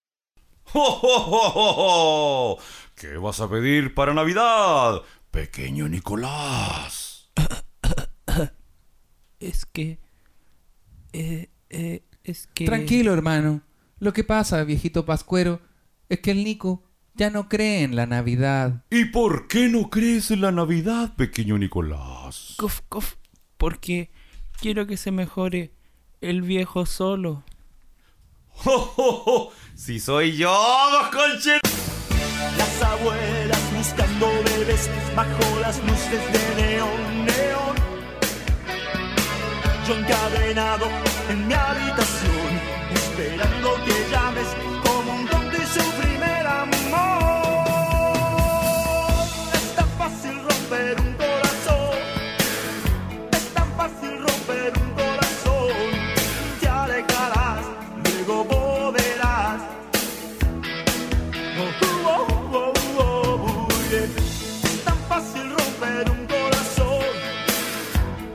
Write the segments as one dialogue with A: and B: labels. A: ¡Oh, oh, oh, oh, oh! qué vas a pedir para Navidad, pequeño Nicolás?
B: Es que. eh, eh, es que.
C: Tranquilo, hermano. Lo que pasa, viejito Pascuero, es que el Nico ya no cree en la Navidad.
A: ¿Y por qué no crees en la Navidad, pequeño Nicolás?
B: Cof, cof, porque quiero que se mejore el viejo solo.
A: ¡Oh, oh, oh! si soy yo, conche!
D: Las abuelas buscando bebés bajo las luces de neón, neón. Yo encadenado en mi habitación, esperando que llames como un don de su primer amor. Es tan fácil romper un corazón, es tan fácil romper un corazón. Te alejarás, luego volverás. Oh, oh, oh, oh, oh, yeah. Es tan fácil romper un corazón.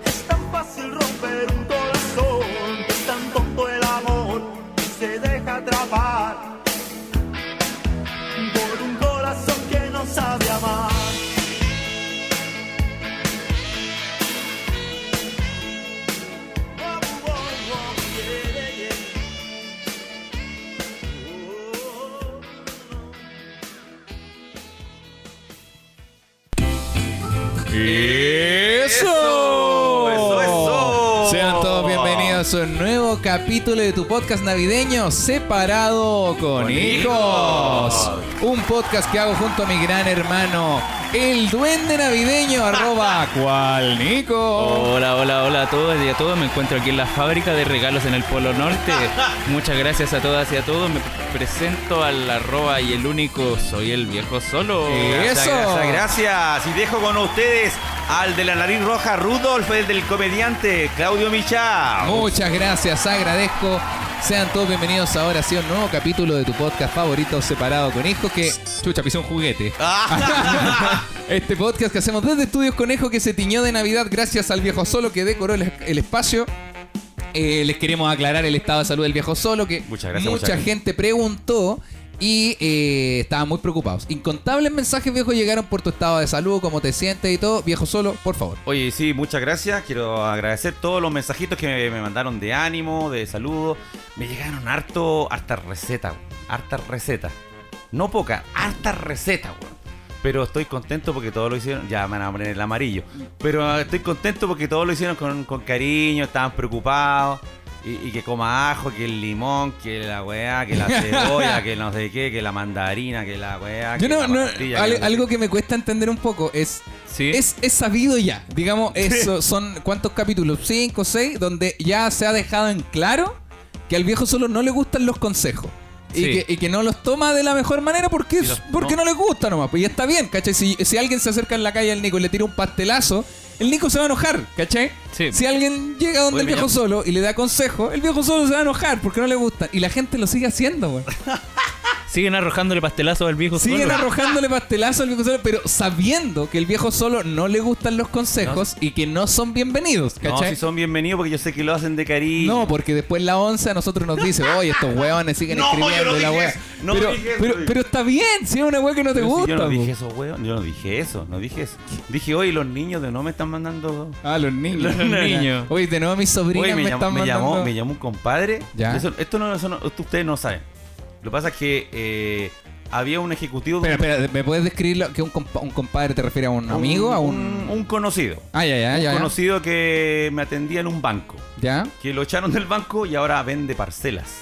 D: Es tan fácil romper un corazón. Es tan tonto el amor que se deja atrapar por un corazón que no sabe amar. Oh, oh, oh, yeah, yeah. Oh, oh, oh, oh.
C: ¡Eso!
A: ¡Eso, eso!
C: Sean todos bienvenidos a un nuevo capítulo de tu podcast navideño Separado con,
A: Con
C: hijos. Un podcast que hago junto a mi gran hermano, el duende navideño, arroba cual Nico.
B: Hola, hola, hola a todos y a todos. Me encuentro aquí en la fábrica de regalos en el Polo Norte. Muchas gracias a todas y a todos. Me presento al arroba y el único soy el viejo solo.
C: Eso.
E: Gracias, gracias. Y dejo con ustedes al de la nariz roja, Rudolf, el del comediante Claudio Michá.
C: Muchas gracias, agradezco. Sean todos bienvenidos ahora sí a un nuevo capítulo de tu podcast favorito Separado con hijos que... Chucha, pisó un juguete. Este podcast que hacemos desde Estudios Conejo que se tiñó de Navidad gracias al viejo solo que decoró el, el espacio. Eh, les queremos aclarar el estado de salud del viejo solo que
E: Muchas gracias,
C: mucha
E: muchas gracias.
C: gente preguntó y eh, estaban muy preocupados. Incontables mensajes viejos llegaron por tu estado de salud, cómo te sientes y todo. Viejo solo, por favor.
E: Oye, sí, muchas gracias. Quiero agradecer todos los mensajitos que me, me mandaron de ánimo, de saludos. Me llegaron harto, hartas recetas, weón. hartas recetas. No poca, hartas recetas, weón. Pero estoy contento porque todos lo hicieron. Ya me van a poner el amarillo. Pero ah, estoy contento porque todos lo hicieron con, con cariño, estaban preocupados. Y, y que coma ajo, que el limón, que la weá, que la cebolla, que no sé qué, que la mandarina, que la weá.
C: Yo
E: que
C: no,
E: la
C: no-
E: pastilla,
C: al-
E: que no sé
C: algo que me cuesta entender un poco es
B: Sí.
C: Es, es sabido ya. Digamos, eso son cuántos capítulos, cinco, seis, donde ya se ha dejado en claro que al viejo solo no le gustan los consejos.
B: Sí.
C: Y, que, y que no los toma de la mejor manera porque,
B: los-
C: porque no.
B: no.
C: le gusta nomás. Pues ya está bien, ¿cachai? Si, si alguien se acerca en la calle al Nico y le tira un pastelazo, el Nico se va a enojar, ¿cachai?
B: Sí.
C: Si alguien llega donde
E: Oye,
C: el viejo
E: mira.
C: solo y le da consejo, el viejo solo se va a enojar porque no le gusta. Y la gente lo sigue haciendo, güey.
B: Siguen arrojándole pastelazos al viejo
C: Siguen
B: solo.
C: arrojándole pastelazo al viejo solo, pero sabiendo que el viejo solo no le gustan los consejos y que no son bienvenidos,
E: No,
C: ¿cachai?
E: si son bienvenidos porque yo sé que lo hacen de cariño.
C: No, porque después la onza a nosotros nos dice, oye, estos hueones siguen
E: No, yo
C: escribiendo
E: no
C: la
E: dije
C: wea.
E: eso, no
C: pero,
E: dije eso,
C: pero,
E: dije.
C: pero está bien, si es una wea que no te
E: Pero si
C: gusta.
E: yo no
C: po.
E: dije eso, weón. Yo no dije eso, no dije eso. Dije, oye, los niños de no me están mandando.
C: Ah, los niños.
B: Los niños.
C: Oye, de nuevo mis sobrinas
E: Oye, me,
C: me,
E: llamó,
C: están
E: me,
C: mandando...
E: llamó, me llamó un compadre.
C: Ya.
E: Eso- esto, no, eso no- esto ustedes no saben. Lo que pasa es que eh, había un ejecutivo. de
C: Espera,
E: un-
C: espera, ¿me puedes describir lo que un, compa- un compadre te refiere a un,
E: un-
C: amigo? ¿A
E: un,
C: un...?
E: un conocido.
C: Ah, ya, ya, ya. ya.
E: Conocido que me atendía en un banco.
C: ¿Ya?
E: Que lo echaron del banco y ahora vende parcelas.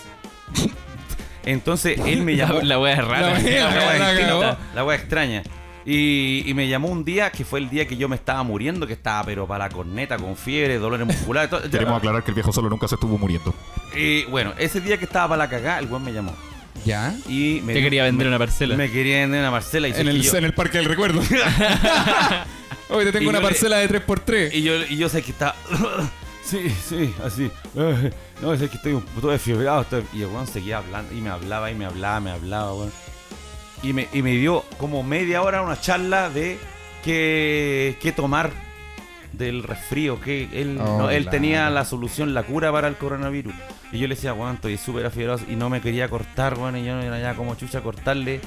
E: Entonces él me llamó.
B: La, la wea es rara.
C: La wea-
E: la
C: la
E: wea distinta,
C: cagó.
E: la wea extraña. Y, y me llamó un día que fue el día que yo me estaba muriendo, que estaba pero para la corneta, con fiebre, dolores musculares. todo-
F: Queremos aclarar que el viejo solo nunca se estuvo muriendo.
E: Y bueno, ese día que estaba para la cagada, el weón me llamó.
C: ¿Ya?
E: Y me
B: Te quería vender
E: me-
B: una parcela.
E: Me quería vender una parcela. Y, sé
F: En
E: que
F: el,
E: yo,
F: en el parque del recuerdo.
C: Oye, te
E: Y
C: tengo una
E: yo le-
C: parcela de 3x3.
E: y yo, y yo sé que estaba. sí, sí, así. Eh, No, sé que estoy un puto desfiebrado. estoy- Y el weón seguía hablando. Y me hablaba, y me hablaba, me hablaba, weón. Y me, y me dio como media hora una charla de qué, qué tomar. del resfrío, que él,
C: Oh,
E: no, él
C: claro.
E: tenía la solución, la cura para el coronavirus. Y yo le decía, weón, estoy súper afiebrado y no me quería cortar, bueno, y yo no era ya como chucha cortarle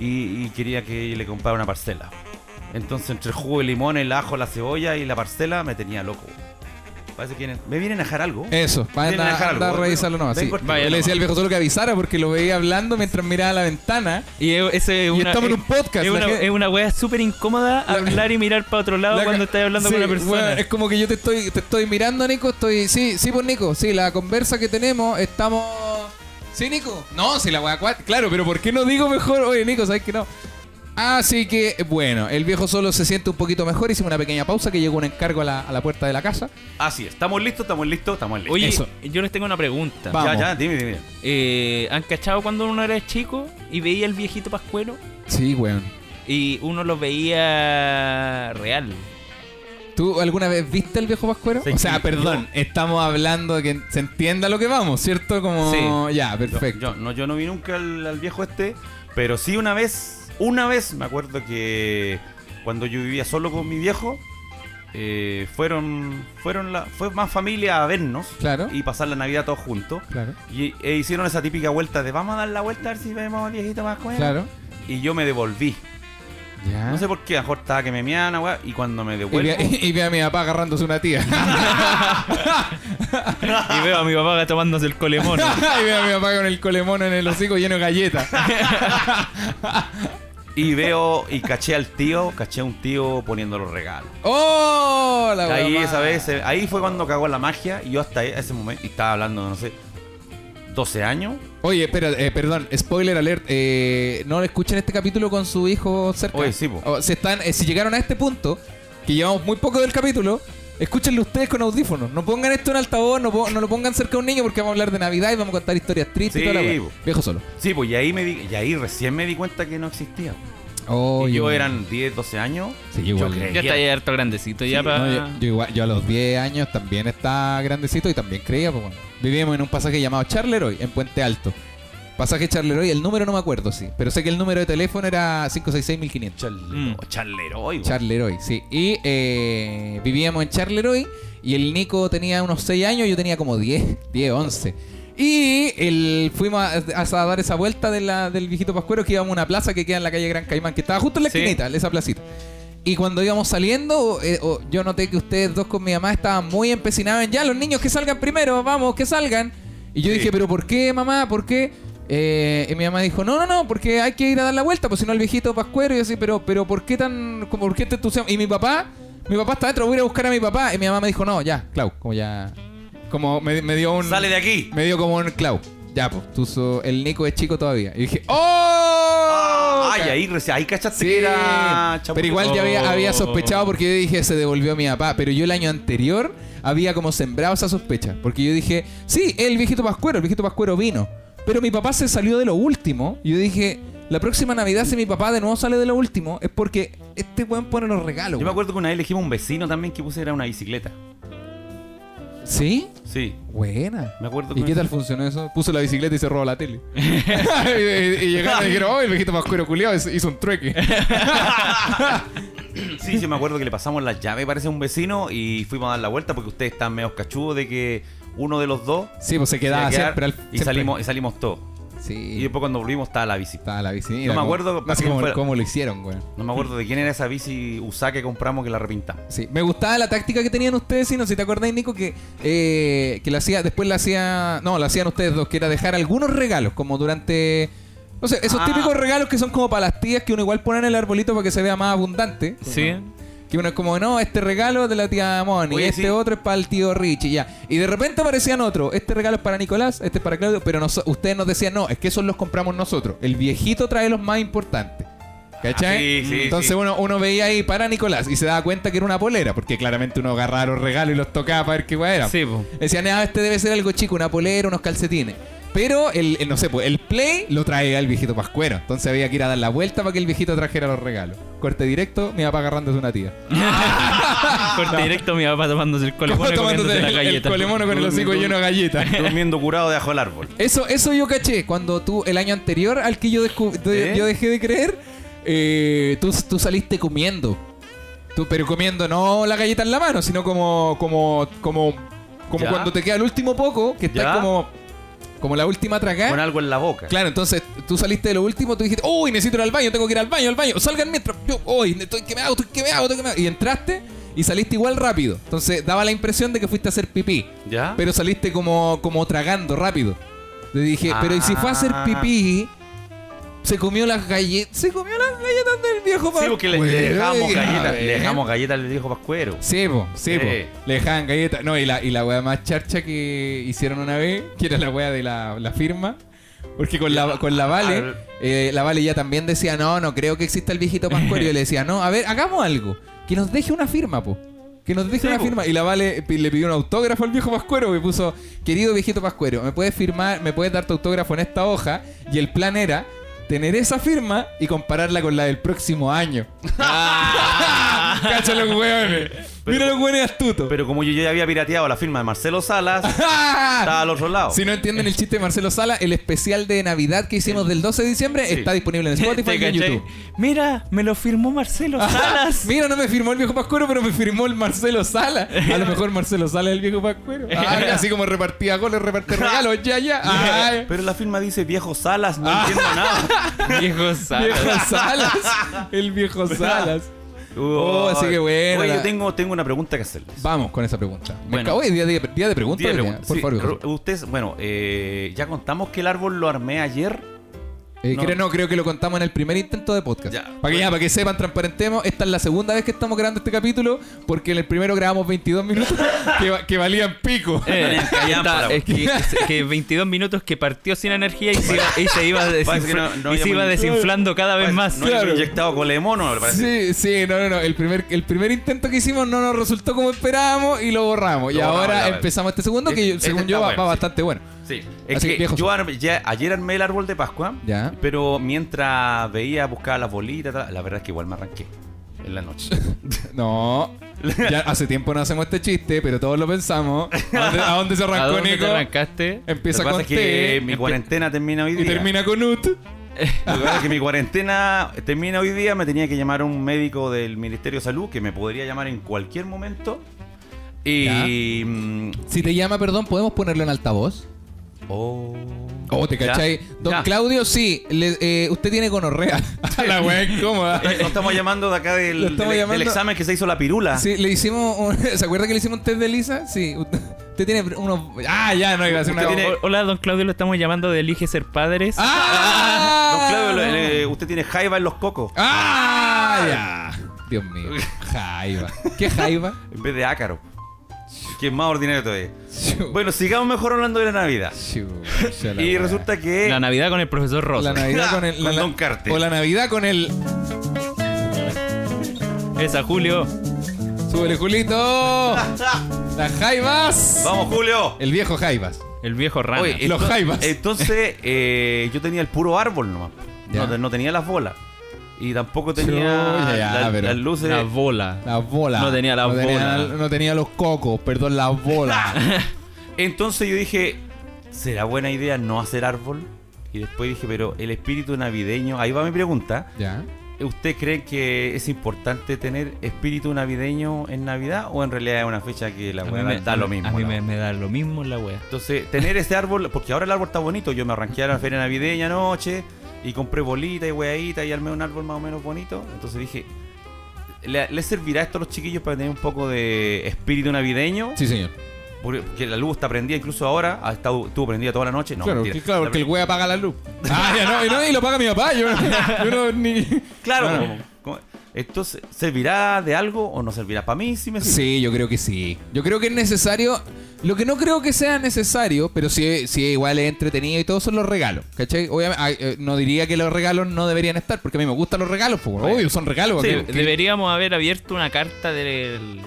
E: y, y quería que le comprara una parcela. Entonces, entre el jugo de limón, el ajo, la cebolla y la parcela, me tenía loco. Parece que vienen- me vienen a dejar algo.
C: Eso, para
E: Vienen a
C: anda,
E: dejar
C: anda a
E: algo.
C: revisarlo nomás.
E: Ven
C: sí.
E: cortito,
C: Yo le
E: nomás.
C: decía al viejo solo que avisara porque lo veía hablando mientras miraba la ventana.
B: Y e- ese es
C: Y
B: una,
C: estamos en
B: es-
C: un podcast,
B: Es
C: la
B: una,
C: gente-
B: es una wea súper incómoda
C: La-
B: hablar y mirar para otro lado
C: La-
B: cuando estás hablando
C: Sí,
B: con una persona.
C: bueno, es como que yo te estoy, te estoy mirando, Nico. Estoy. Sí, sí, pues Nico. Sí, la conversa que tenemos, estamos. ¿Sí, Nico? No, sí, la weá. cuat- Claro, pero ¿por qué no digo mejor? Oye, Nico, ¿sabes que no? Así que, bueno, el viejo solo se siente un poquito mejor. Hicimos una pequeña pausa que llegó un encargo a la, a la puerta de la casa.
E: Así es, estamos listos, estamos listos, estamos listos.
B: Oye,
C: Eso.
B: yo les tengo una pregunta.
C: Va.
E: ya,
C: vamos.
E: ya, dime, dime.
B: Eh, ¿Han cachado cuando uno era chico y veía el viejito pascuero?
C: Sí, weón.
B: Y uno lo veía real.
C: ¿Tú alguna vez viste el viejo pascuero?
E: Sí,
C: o sea,
E: sí,
C: perdón, estamos hablando de que se entienda lo que vamos, ¿cierto? Como. Ya,
E: Yo-
C: perfecto.
E: Yo, no, yo no vi nunca al, al viejo este, pero sí una vez, una vez me acuerdo que cuando yo vivía solo con mi viejo, eh, fueron, fueron la, fue más familia a vernos
C: Claro.
E: y pasar la Navidad todos juntos.
C: Claro.
E: Y e hicieron esa típica vuelta de vamos a dar la vuelta a ver si vemos al viejito más cuero".
C: Claro.
E: Y yo me devolví.
C: Ya.
E: No sé por qué, a lo mejor estaba que me mean, weá, y cuando me
C: ¿Ah? Y ve,
E: devuelvo.
C: y ve a mi papá agarrándose una tía.
B: Y veo a mi papá tomándose el colemón.
C: y ve a mi papá con el colemono en el hocico lleno de galletas.
E: Y veo, y caché al tío, caché a un tío poniendo los regalos.
C: ¡Oh! La
E: Ahí
C: weá
E: esa
C: mala.
E: vez, eh, ahí fue cuando cagó la magia y yo hasta ese momento y estaba hablando, no sé, 12 años.
C: Oye, espera, eh, perdón, spoiler alert. eh, no escuchen este capítulo con su hijo cerca.
E: Oye, sí, po.
C: O, si, están, eh, si llegaron a este punto, que llevamos muy poco del capítulo, escúchenlo ustedes con audífonos. No pongan esto en altavoz, no, po- no lo pongan cerca a un niño porque vamos a hablar de Navidad y vamos a contar historias tristes y
E: Sí,
C: toda la weá.
E: po.
C: Viejo solo.
E: Sí, pues y ahí me di- y ahí recién me di cuenta que no existía.
C: Oh,
E: y yo eran 10, 12 años.
C: Sí, igual.
E: Yo creí.
B: ya está ya harto grandecito. ya
E: Sí,
B: pa-
C: No, yo, yo igual- yo a los 10 años también estaba grandecito y también creía, pues bueno. Vivíamos en un pasaje llamado Charleroi, en Puente Alto. Pasaje Charleroi, el número no me acuerdo, sí. Pero sé que el número de teléfono era 566-1500.
E: Charlero, charleroy, bo.
C: Charleroi, sí. Y eh, vivíamos en Charleroi y el Nico tenía unos 6 años, yo tenía como 10, 10, 11. Y el, fuimos a, a dar esa vuelta de la- del viejito Pascuero que íbamos a una plaza que queda en la calle Gran Caimán, que estaba justo en la
B: Sí.
C: esquinita, esa placita. Y cuando íbamos saliendo, eh, oh, yo noté que ustedes dos con mi mamá estaban muy empecinados en ya, los niños que salgan primero, vamos, que salgan. Y yo
E: Sí.
C: dije, ¿pero por qué, mamá? ¿Por qué? Eh, y mi mamá dijo, no, no, no, porque hay que ir a dar la vuelta, pues si no el viejito Pascuero. Y yo así, pero, pero ¿por qué tan, como, por qué te entusiasmo? Y mi papá, mi papá está adentro, voy a ir a buscar a mi papá. Y mi mamá me dijo, no, ya, Clau, como ya. Como me, me dio un.
E: Sale de aquí.
C: Me dio como un Clau. Ya, pues, tú so- el Nico es chico todavía. Y dije, ¡Oh!
E: Ay, ahí recién, ahí cachaste
C: Sí,
E: que era chaputo.
C: pero igual ya había, había sospechado porque yo dije, se devolvió mi papá. Pero yo el año anterior había como sembrado esa sospecha. Porque yo dije, sí, el viejito Pascuero, el viejito Pascuero vino. Pero mi papá se salió de lo último. Y yo dije, la próxima Navidad, si mi papá de nuevo sale de lo último, es porque este weón pone los regalos.
E: Yo me
C: weón.
E: acuerdo que una vez elegimos un vecino también que pusiera una bicicleta.
C: ¿Sí?
E: Sí,
C: Buena.
E: me acuerdo que
C: ¿Y qué tal funcionó eso? Puso la bicicleta y se robó la tele. y, y- y llegaron y dijeron, oh, el viejito Pascuero culiado hizo un trueque.
E: Sí, yo me acuerdo que le pasamos la llave, parece a un vecino, y fuimos a dar la vuelta porque ustedes están medio cachudos de que uno de los dos
C: Sí, pues se
E: se iba
C: quedaba
E: a quedar,
C: siempre al
E: y
C: siempre.
E: salimos y salimos todos.
C: Sí.
E: Y después cuando volvimos estaba la bici.
C: Estaba la bici.
E: No me acuerdo
C: No sé
E: quién
C: cómo,
E: fuera.
C: cómo lo hicieron, güey.
E: No me acuerdo de quién era esa bici usada que compramos que la repintamos.
C: Sí, me gustaba la táctica que tenían ustedes, si no si te acordáis, Nico, que, eh, que la hacía, después la hacía, no, la hacían ustedes dos, que era dejar algunos regalos, como durante, no sé, esos
E: Ah.
C: típicos regalos que son como para las tías que uno igual pone en el arbolito para que se vea más abundante.
B: Sí.
C: Que uno es como, no, este regalo es de la tía Moni,
E: Oye,
C: este
E: sí.
C: otro es para el tío Richie, ya. Y de repente aparecían otros, este regalo es para Nicolás, este es para Claudio, pero nos- ustedes nos decían, no, es que esos los compramos nosotros. El viejito trae los más importantes. ¿Cachai? Mm.
E: Ah, sí, sí,
C: Entonces
E: sí.
C: Uno, uno veía ahí para Nicolás y se daba cuenta que era una polera, porque claramente uno agarraba los regalos y los tocaba para ver qué guay era.
B: Sí, po.
C: Decían, ah, este debe ser algo chico, una polera, unos calcetines. Pero el, el- no sé, pues el play lo traía el viejito pascuero. Entonces había que ir a dar la vuelta para que el viejito trajera los regalos. Corte directo, mi papá agarrándose una tía.
B: Corte directo mi papá tomándose el colemón y comiéndose la
C: el,
B: galleta.
C: colemono con el hocico lleno de galletas.
E: Durmiendo curado debajo del árbol.
C: Eso, eso yo caché. Cuando tú, el año anterior al que yo, descu- de-
E: ¿Eh?
C: yo dejé de creer, eh, tú, tú saliste comiendo. Tú, pero comiendo no la galleta en la mano, sino como como como como
E: Ya.
C: cuando te queda el último poco, que está
E: Ya.
C: como como la última tragada.
E: Con algo en la boca.
C: ¿Eh? Claro, entonces tú saliste de lo último, tú dijiste, uy, necesito ir al baño, tengo que ir al baño, al baño, salgan mientras, yo, uy, estoy que me hago, estoy que me hago, estoy que me hago. Y entraste y saliste igual rápido. Entonces daba la impresión de que fuiste a hacer pipí,
E: ¿Ya?
C: pero saliste como, como tragando rápido. Le dije, pero ¿y si fue a hacer
E: Ah.
C: pipí? Se comió las galletas, se comió las galletas del viejo
E: Sí,
C: Pascuero.
E: porque le, le dejamos
C: Güey, a
E: galletas,
C: ver.
E: le dejamos galletas al viejo Pascuero.
C: Sí, po, sí,
E: Sí.
C: po. Le dejaban galletas. No, y la, y la weá más charcha que hicieron una vez, que era la weá de la, la firma. Porque con la, con
E: Ah,
C: la Vale, eh, la Vale ya también decía, no, no creo que exista el viejito Pascuero. Y yo le decía, no, a ver, hagamos algo. Que nos deje una firma, po. Que nos deje
E: Sí,
C: una
E: po.
C: firma. Y la Vale pi- le pidió un autógrafo al viejo Pascuero. Y puso, querido viejito Pascuero, ¿me puedes firmar, me puedes dar tu autógrafo en esta hoja? Y el plan era tener esa firma y compararla con la del próximo año. Cacha los hueones. Mira los hueones astutos.
E: Pero como yo ya había pirateado la firma de Marcelo Salas, estaba al otro lado.
C: Si no entienden el chiste de Marcelo Sala, el especial de Navidad que hicimos del 12 de diciembre
E: Sí.
C: está disponible en Spotify y en
B: ¿Cachai?
C: YouTube.
B: Mira, me lo firmó Marcelo Salas.
C: Mira, no me firmó el viejo Pascuero, pero me firmó el Marcelo Sala. A lo mejor Marcelo Sala es el viejo Pascuero. Ah, así como repartía goles, repartía regalos, ya, ya. Ay,
E: Pero la firma dice viejo Salas,
C: Ah.
E: no entiendo nada.
B: viejo Salas.
C: viejo Salas. El viejo Salas. Oh, así que bueno,
E: Oye,
C: la-
E: yo tengo, tengo una pregunta que hacerles.
C: Vamos con esa pregunta. Me
B: Bueno.
C: ca- Oye, día, de- día de preguntas.
E: Día de
C: hoy día.
E: preguntas.
C: Por
E: Sí,
C: favor, viejo.
E: Ru- ustedes, bueno, eh, ya contamos que el árbol lo armé ayer.
C: Eh,
E: No.
C: Creo, no, creo que lo contamos en el primer intento de podcast.
E: Ya.
C: Para que, ya, para que sepan, transparentemos, esta es la segunda vez que estamos grabando este capítulo, porque en el primero grabamos 22 minutos que, va- que valían pico.
B: Eh,
E: Callan
B: ahí está,
E: para-
B: es que, es que 22 minutos que partió sin energía y se iba, y se iba, desinfla-
E: Parece que no- no
B: y se
E: habíamos-
B: iba desinflando cada vez más.
E: No
C: Claro.
E: he inyectado colemono, me
C: Sí,
E: parece.
C: sí, no, no, no. El primer, el primer intento que hicimos no nos resultó como esperábamos y lo borramos.
E: Lo
C: y
E: borramos,
C: ahora
E: ya, vale.
C: empezamos este segundo que
E: Este-
C: yo-
E: este
C: según
E: está
C: yo va,
E: bueno,
C: va
E: sí.
C: bastante bueno.
E: Sí. Es
C: Así que,
E: que
C: viejo,
E: yo arm- ya- ayer armé el árbol de Pascua,
C: Ya.
E: pero mientras veía, buscaba las bolitas, tal, la verdad es que igual me arranqué en la noche.
C: No. Ya hace tiempo no hacemos este chiste, pero todos lo pensamos. ¿A dónde, a dónde se
B: ¿A
C: arrancó
B: dónde te
C: Nico?
B: arrancaste?
C: Empieza
E: Lo que
C: con
E: pasa es que
C: T
E: mi cuarentena termina hoy
C: y
E: día.
C: termina con UT.
E: Lo que pasa es que mi cuarentena termina hoy día, me tenía que llamar un médico del Ministerio de Salud que me podría llamar en cualquier momento. Y. mm,
C: Si te llama, perdón, ¿podemos ponerlo en altavoz?
E: Oh.
C: Oh, te
E: Ya,
C: cachai. Don
E: ya.
C: Claudio, sí, le- eh, usted tiene gonorrea. la wea incómoda.
E: No estamos llamando de acá del,
C: Lo estamos
E: del- del
C: llamando-
E: examen que se hizo la pirula.
C: Sí, le hicimos. un- ¿Se acuerda que le hicimos un test de Lisa? Sí. Usted usted tiene unos. Ah, ya, no iba a hacer una.
E: Usted tiene-
B: O- Hola, don Claudio, lo estamos llamando de Elige Ser Padres.
C: ¡Ah!
E: Don Claudio, lo- eh, usted tiene jaiba en los cocos
C: ¡Ah! Ya. Dios mío. Jaiba. ¿Qué Jaiba?
E: en vez de ácaro. Que es más ordinario todavía. Bueno, sigamos mejor hablando de la Navidad.
C: Chucha la
E: Y
C: wea.
E: resulta que.
B: La Navidad con el profesor
C: La
B: Rosa.
C: Navidad con el. la-
E: Con Don Carter.
C: O la Navidad con el.
B: Esa, Julio.
C: ¡Súbele, Julito! ¡Las Jaivas!
E: ¡Ah! Vamos, Julio.
C: El viejo Jaivas.
B: El viejo rana.
E: Oye,
C: Los
E: ento-
C: jaivas.
E: Entonces, eh, yo tenía el puro árbol nomás.
C: Ya.
E: No, te- no tenía las bolas. Y tampoco
C: Chuya,
E: tenía
C: ya,
E: la-
C: pero-
E: las luces.
B: Una bola.
C: Las bolas.
B: No tenía las
C: no tenía-
B: bolas.
C: no tenía los cocos, perdón, las bolas.
E: Entonces yo dije, ¿será buena idea no hacer árbol? Y después dije, pero el espíritu navideño. Ahí va mi pregunta.
C: ya.
E: ¿Usted cree que es importante tener espíritu navideño en Navidad o en realidad es una fecha que la
B: A mí
E: weá
B: me-
E: da lo mismo?
B: A mí
E: la
B: me,
E: weá?
B: me da lo mismo la wea.
E: Entonces, tener ese árbol, porque ahora el árbol está bonito. Yo me arranqué a la feria navideña anoche y compré bolita y hueadita y armé un árbol más o menos bonito. Entonces dije, ¿le, le servirá esto a los chiquillos para tener un poco de espíritu navideño?
C: Sí, señor.
E: Porque, porque la luz está prendida incluso ahora, ha estado, estuvo prendida toda la noche. No,
C: claro,
E: mentira.
C: que, claro,
E: La-
C: que el güey apaga la luz. Ah, ya no, y, no, y lo paga mi papá. Yo, yo no ni.
E: Claro,
C: Bueno.
E: como- como- entonces, ¿servirá de algo o no servirá? Para mí sí me sirve.
C: Sí, yo creo que sí. Yo creo que es necesario. Lo que no creo que sea necesario, pero sí, sí igual es entretenido y todo, son los regalos. ¿Cachai? Obviamente, ay, eh, no diría que los regalos no deberían estar, porque a mí me gustan los regalos, pues, obvio, son regalos.
E: Sí,
C: porque-
B: De- Deberíamos haber abierto una carta del.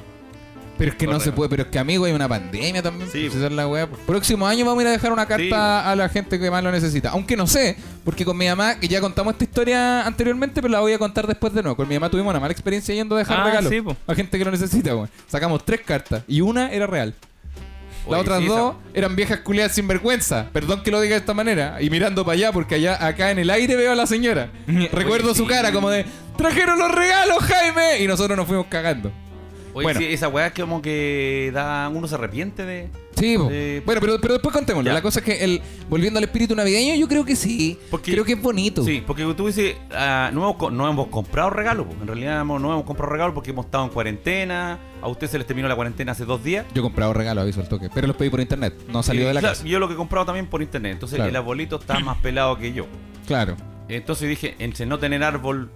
C: Pero es que no
E: Correcto.
C: se puede, pero es que amigo hay una pandemia también.
E: Sí.
C: pues, esa es la weá. Próximo año vamos a ir a dejar una carta
E: Sí. pues.
C: a la gente que más lo necesita. Aunque no sé, porque con mi mamá, que ya contamos esta historia anteriormente, pero la voy a contar después de nuevo. Con mi mamá tuvimos una mala experiencia yendo a dejar
E: pues.
B: Ah,
C: regalos
B: sí, po.
C: a gente que lo necesita, weón. Sacamos tres cartas y una era real.
E: Oye,
C: Las otras
E: sí,
C: dos
E: esa-
C: eran viejas culiadas sin vergüenza. Perdón que lo diga de esta manera. Y mirando para allá, porque allá acá en el aire veo a la señora. Recuerdo
E: Oye,
C: su
E: sí.
C: cara como de ¡Trajeron los regalos, Jaime! Y nosotros nos fuimos cagando.
E: Oye,
C: Bueno.
E: sí, esa weá que como que da. Uno se arrepiente de.
C: Sí, po.
E: Eh,
C: bueno, pero, pero después contémoslo.
E: ya.
C: La cosa es que el, volviendo al espíritu navideño, yo creo que sí.
E: Porque-
C: creo que es bonito.
E: Sí, porque tú dices, ah, no, hemos, co- no hemos comprado regalos. po. En realidad hemos- no hemos comprado regalos porque hemos estado en cuarentena. A usted se les terminó la cuarentena hace dos días.
C: Yo he comprado regalos, aviso al toque. Pero los pedí por internet. No salió
E: Y,
C: de la
E: claro,
C: casa.
E: Yo lo que he comprado también por internet. Entonces
C: Claro.
E: el abuelito está más pelado que yo.
C: Claro.
E: Entonces dije, entre no tener árbol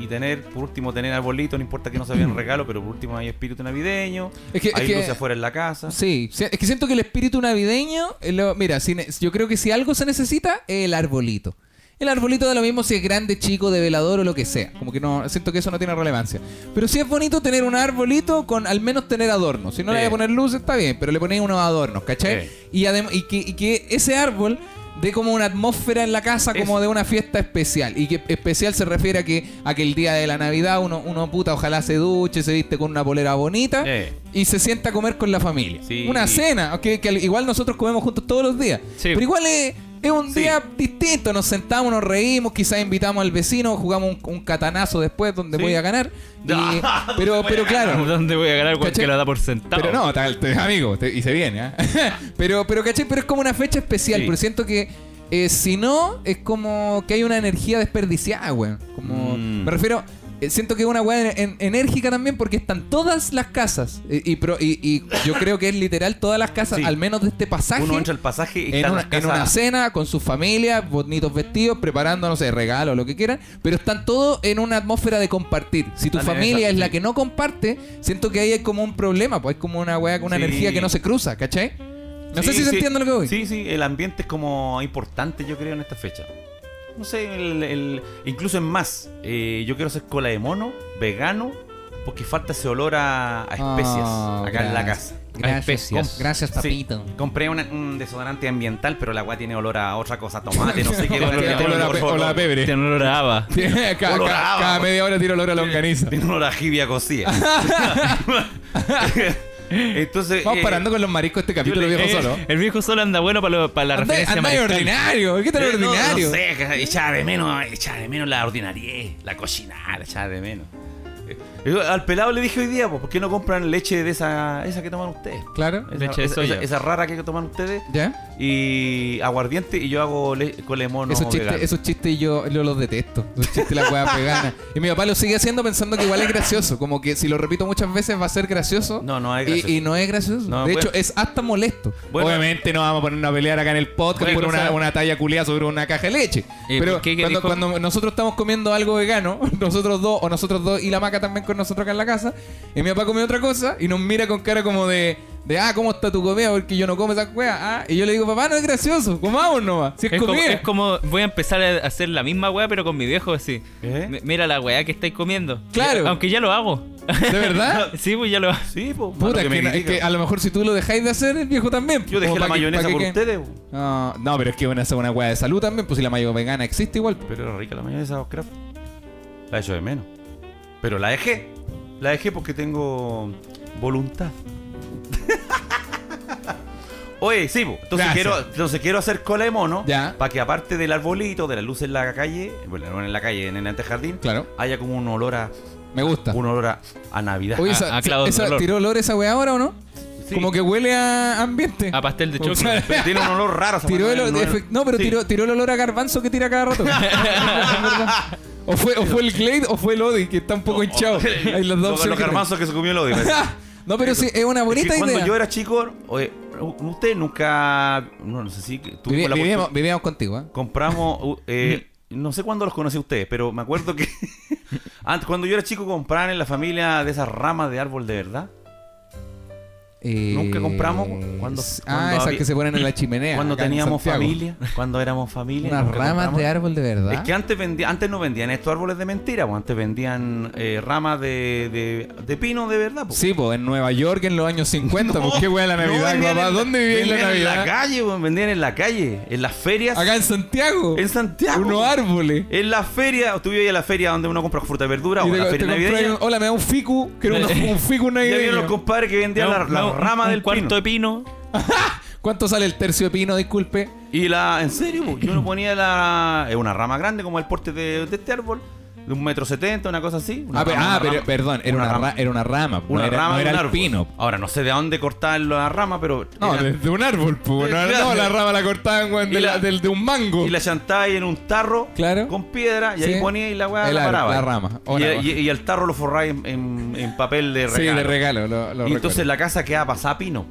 E: y tener, por último, tener arbolito, no importa que no se vean regalo, pero por último hay espíritu navideño.
C: Mm. Es que- es
E: hay
C: que-
E: luces afuera en la casa.
C: Sí, sí, es que siento que el espíritu navideño, eh, lo- mira, si ne- yo creo que si algo se necesita, es el arbolito. El arbolito da lo mismo si es grande, chico, de velador o lo que sea. Como que no, siento que eso no tiene relevancia. Pero sí es bonito tener un arbolito con al menos tener adornos. Si no le voy
E: Sí.
C: a poner luz está bien, pero le ponéis unos adornos, ¿cachai?
E: Sí.
C: Y, adem- y, que, y que ese árbol dé como una atmósfera en la casa como
E: Eso.
C: de una fiesta especial. Y que especial se refiere a que, a que el día de la Navidad uno, uno puta ojalá se duche, se viste con una polera bonita
E: Eh.
C: y se sienta a comer con la familia.
E: Sí.
C: Una cena, que, que al- igual nosotros comemos juntos todos los días.
B: Sí.
C: Pero igual es, es un
E: Sí.
C: día distinto. Nos sentamos, nos reímos, quizás invitamos al vecino, jugamos un, un catanazo después donde
E: Sí.
C: voy a ganar. Y- pero, pero claro.
B: ¿Dónde voy a ganar weón,
C: ¿Cachai?
B: que la da por sentado?
C: Pero no, tal, te- amigo, te- y se viene, ¿ah? pero, pero, ¿cachai? Pero es como una fecha especial,
E: Sí.
C: pero siento que eh, si no, es como que hay una energía desperdiciada, weón. Como,
E: Mm.
C: me refiero, eh, siento que es una weá en- en- enérgica también porque están todas las casas, eh, y, pro- y, y yo creo que es literal todas las casas,
E: Sí.
C: al menos de este pasaje.
E: Uno entra al pasaje y
C: en
E: está
C: una,
E: la
C: en
E: casa-
C: una cena con su familia, bonitos vestidos, preparando, no sé, regalos, lo que quieran, pero están todos en una atmósfera de compartir. Si tu
E: Están en
C: familia
E: esa-
C: es la
E: sí.
C: que no comparte, siento que ahí hay como un problema, pues hay como una weá, una
E: Sí.
C: energía que no se cruza, ¿cachai? No sé
E: Sí,
C: si se
E: sí.
C: entiende lo que voy.
E: Sí, sí, el ambiente es como importante, yo creo, en esta fecha. No sé, el- el- incluso en más, eh, yo quiero hacer cola de mono, vegano, porque falta ese olor a, a especias
C: Oh,
E: acá en la
C: gracias.
E: casa.
B: A especias.
C: gracias
E: Sí, compré una- un desodorante ambiental, pero la agua tiene olor a otra cosa, a tomate, no sé qué.
B: Olor a-
E: tiene
B: olor a
E: por
B: pe-
E: favor.
G: olor a pebre.
B: Tiene Este olor a haba.
C: cada,
E: Olor a
C: cada-
E: agua.
C: cada media hora tiro olor a longaniza.
E: Tiene olor a jibia cocida. Entonces.
C: Vamos
E: eh,
C: parando con los mariscos este capítulo
E: le-
C: viejo
E: eh,
C: solo.
B: El viejo solo anda bueno para, lo- para la
C: Anda,
B: referencia
C: anda de
B: mariscal.
C: ordinario, ¿qué tal
E: eh, no,
C: ordinario?
E: No, sé, echaba de menos, echaba de menos la ordinariedad, la cochinada, echaba de menos. Eh, yo Al pelado le dije hoy día, pues, ¿por qué no compran leche de esa, esa que toman ustedes?
C: Claro.
E: Esa,
B: Leche de
E: esa-
B: soya.
E: esa- esa rara que toman ustedes.
C: ¿Ya?
E: Y aguardiente, y yo hago le- cole mono
C: esos, chistes,
E: vegano.
C: esos chistes yo, yo los detesto. Esos chistes las weas veganas. Y mi papá lo sigue haciendo pensando que igual es gracioso. Como que si lo repito muchas veces va a ser gracioso.
E: No, no es
C: Y-
E: gracioso.
C: Y, no es gracioso.
E: No,
C: de
E: bueno.
C: hecho, es hasta molesto.
E: Bueno.
C: Obviamente no vamos a ponernos a pelear acá en el podcast
B: Oye,
C: por una,
B: cosa-
C: una talla culiada sobre una caja de leche.
B: Eh,
C: Pero
B: ¿por qué que
C: cuando,
B: dijo-
C: cuando nosotros estamos comiendo algo vegano, nosotros dos, o nosotros dos y la maca también con nosotros acá en la casa, y mi papá come otra cosa y nos mira con cara como de. De, ah, ¿cómo está tu comida? Porque yo no como esa cueva. Ah, y yo le digo, papá, no es gracioso. Comamos nomás. Si es,
B: Es como,
C: comida.
B: es como voy a empezar a hacer la misma weá, pero con mi viejo así.
E: ¿Eh?
B: M- Mira la weá que estáis comiendo.
C: Claro.
B: Aunque ya lo hago.
C: ¿De verdad?
B: sí, pues ya lo hago.
E: Sí, pues.
C: Puta, es que, no- es que a lo mejor si tú lo dejáis de hacer, el viejo también.
E: Yo dejé
C: Como
E: la
C: pa' que-
E: mayonesa
C: pa' que
E: por
C: quede-
E: ustedes. po.
C: No, no, pero es que bueno, esa es una hueá de salud también, pues si la mayo vegana existe igual. pues.
E: Pero era rica la mayonesa Oscar. La hecho de menos. Pero la dejé. La dejé porque tengo voluntad. Oye, sí, po. entonces
C: Gracias.
E: quiero, entonces quiero hacer cola de mono
C: Ya.
E: para que aparte del arbolito, de la luz en la calle, bueno, no en la calle, en el antejardín,
C: Claro.
E: haya como un olor a
C: Me gusta.
E: un olor a, a Navidad. Ah,
C: Oye,
B: a-
C: esa,
B: a clavo de
C: esa-
B: olor.
C: ¿tiró olor esa hueá ahora o no?
E: Sí.
C: Como que huele a ambiente.
B: A pastel de
C: O sea,
B: chocolate.
E: Pero tiene un olor raro. esa
C: tiró el,
E: weá,
C: olor-
E: no es-
C: efect- no, pero
E: Sí.
C: tiró, tiró el olor a garbanzo que tira cada rato. o, fue, o fue el Glade o fue el Odi, que está un poco hinchado. Hay las dos
E: Los,
C: opciones
E: los
C: que tengo.
E: garbanzos que se comió el odio.
C: No, pero sí, es una bonita
E: Es que cuando
C: idea.
E: yo era chico, oye, usted nunca, no, no sé si tuvimos
C: Vivi-
E: la
C: vivíamos,
E: oportun-
C: vivíamos contigo, ¿eh?
E: compramos, u- eh, no sé cuándo los conocí a ustedes, pero me acuerdo que antes, cuando yo era chico compraban en la familia de esas ramas de árbol de verdad. Nunca compramos cuando-
C: s-
E: cuando
C: ah, esas
E: había-
C: que se ponen en la chimenea.
E: cuando
C: acá en
E: teníamos
C: Santiago.
E: familia, cuando éramos familia.
C: Unas
E: nunca
C: ramas
E: compramos.
C: de árbol de verdad.
E: Es que antes vendía, antes no vendían estos árboles de mentira, pues, antes vendían eh, ramas de, de, de pino de verdad. pues.
C: Sí, pues en Nueva York en los años 50, pues qué hueá la
E: No,
C: Navidad,
E: vendían
C: papá.
E: en la-
C: ¿Dónde vivía en la
E: vendían En la
C: Navidad?
E: calle, pues, vendían en la calle, en las ferias.
C: Acá en Santiago.
E: En Santiago.
C: Unos árboles.
E: En la feria, tú ibas a la feria donde uno compra fruta y verdura
C: Y
E: o
C: te-
E: en la
C: te
E: feria
C: compras
E: navideña.
C: un- hola, me da un ficu, que era un, un ficu
E: Y había los
C: navideño.
E: compadres que vendían
B: Me da
E: la- las
B: un- me da un-
E: ramas
B: un
E: del
B: cuarto
E: pino.
B: de pino.
C: ¿Cuánto sale el tercio de pino, disculpe?
E: Y la, en serio, po, yo no ponía la. Es una rama grande como el porte de, de este árbol, de un metro setenta, una cosa así. una
C: ah, pe-
E: rama,
C: ah,
E: una
C: pero,
E: rama.
C: perdón, era una, ra- era una rama. no
E: Una
C: era,
E: rama
C: no
E: de
C: era
E: un
C: el
E: árbol.
C: pino.
E: Ahora no sé de dónde cortaban la rama, pero.
H: No,
E: era-
H: de, de un árbol, po. No,
E: Claro.
H: no, la rama la cortaban, weón, de,
E: Y
H: la-
E: la-
H: del- de un mango.
E: y la chantáis en un tarro
C: Claro.
E: con piedra y
C: Sí.
E: ahí ponía y la weá
C: El
E: la
C: árbol,
E: paraba.
C: la rama. Ahora,
E: y, y- y el tarro lo forráis en, en- en papel de regalo.
C: Sí, le regalo, lo, lo
E: y entonces
C: recuerdo.
E: la casa quedaba pasada a pino.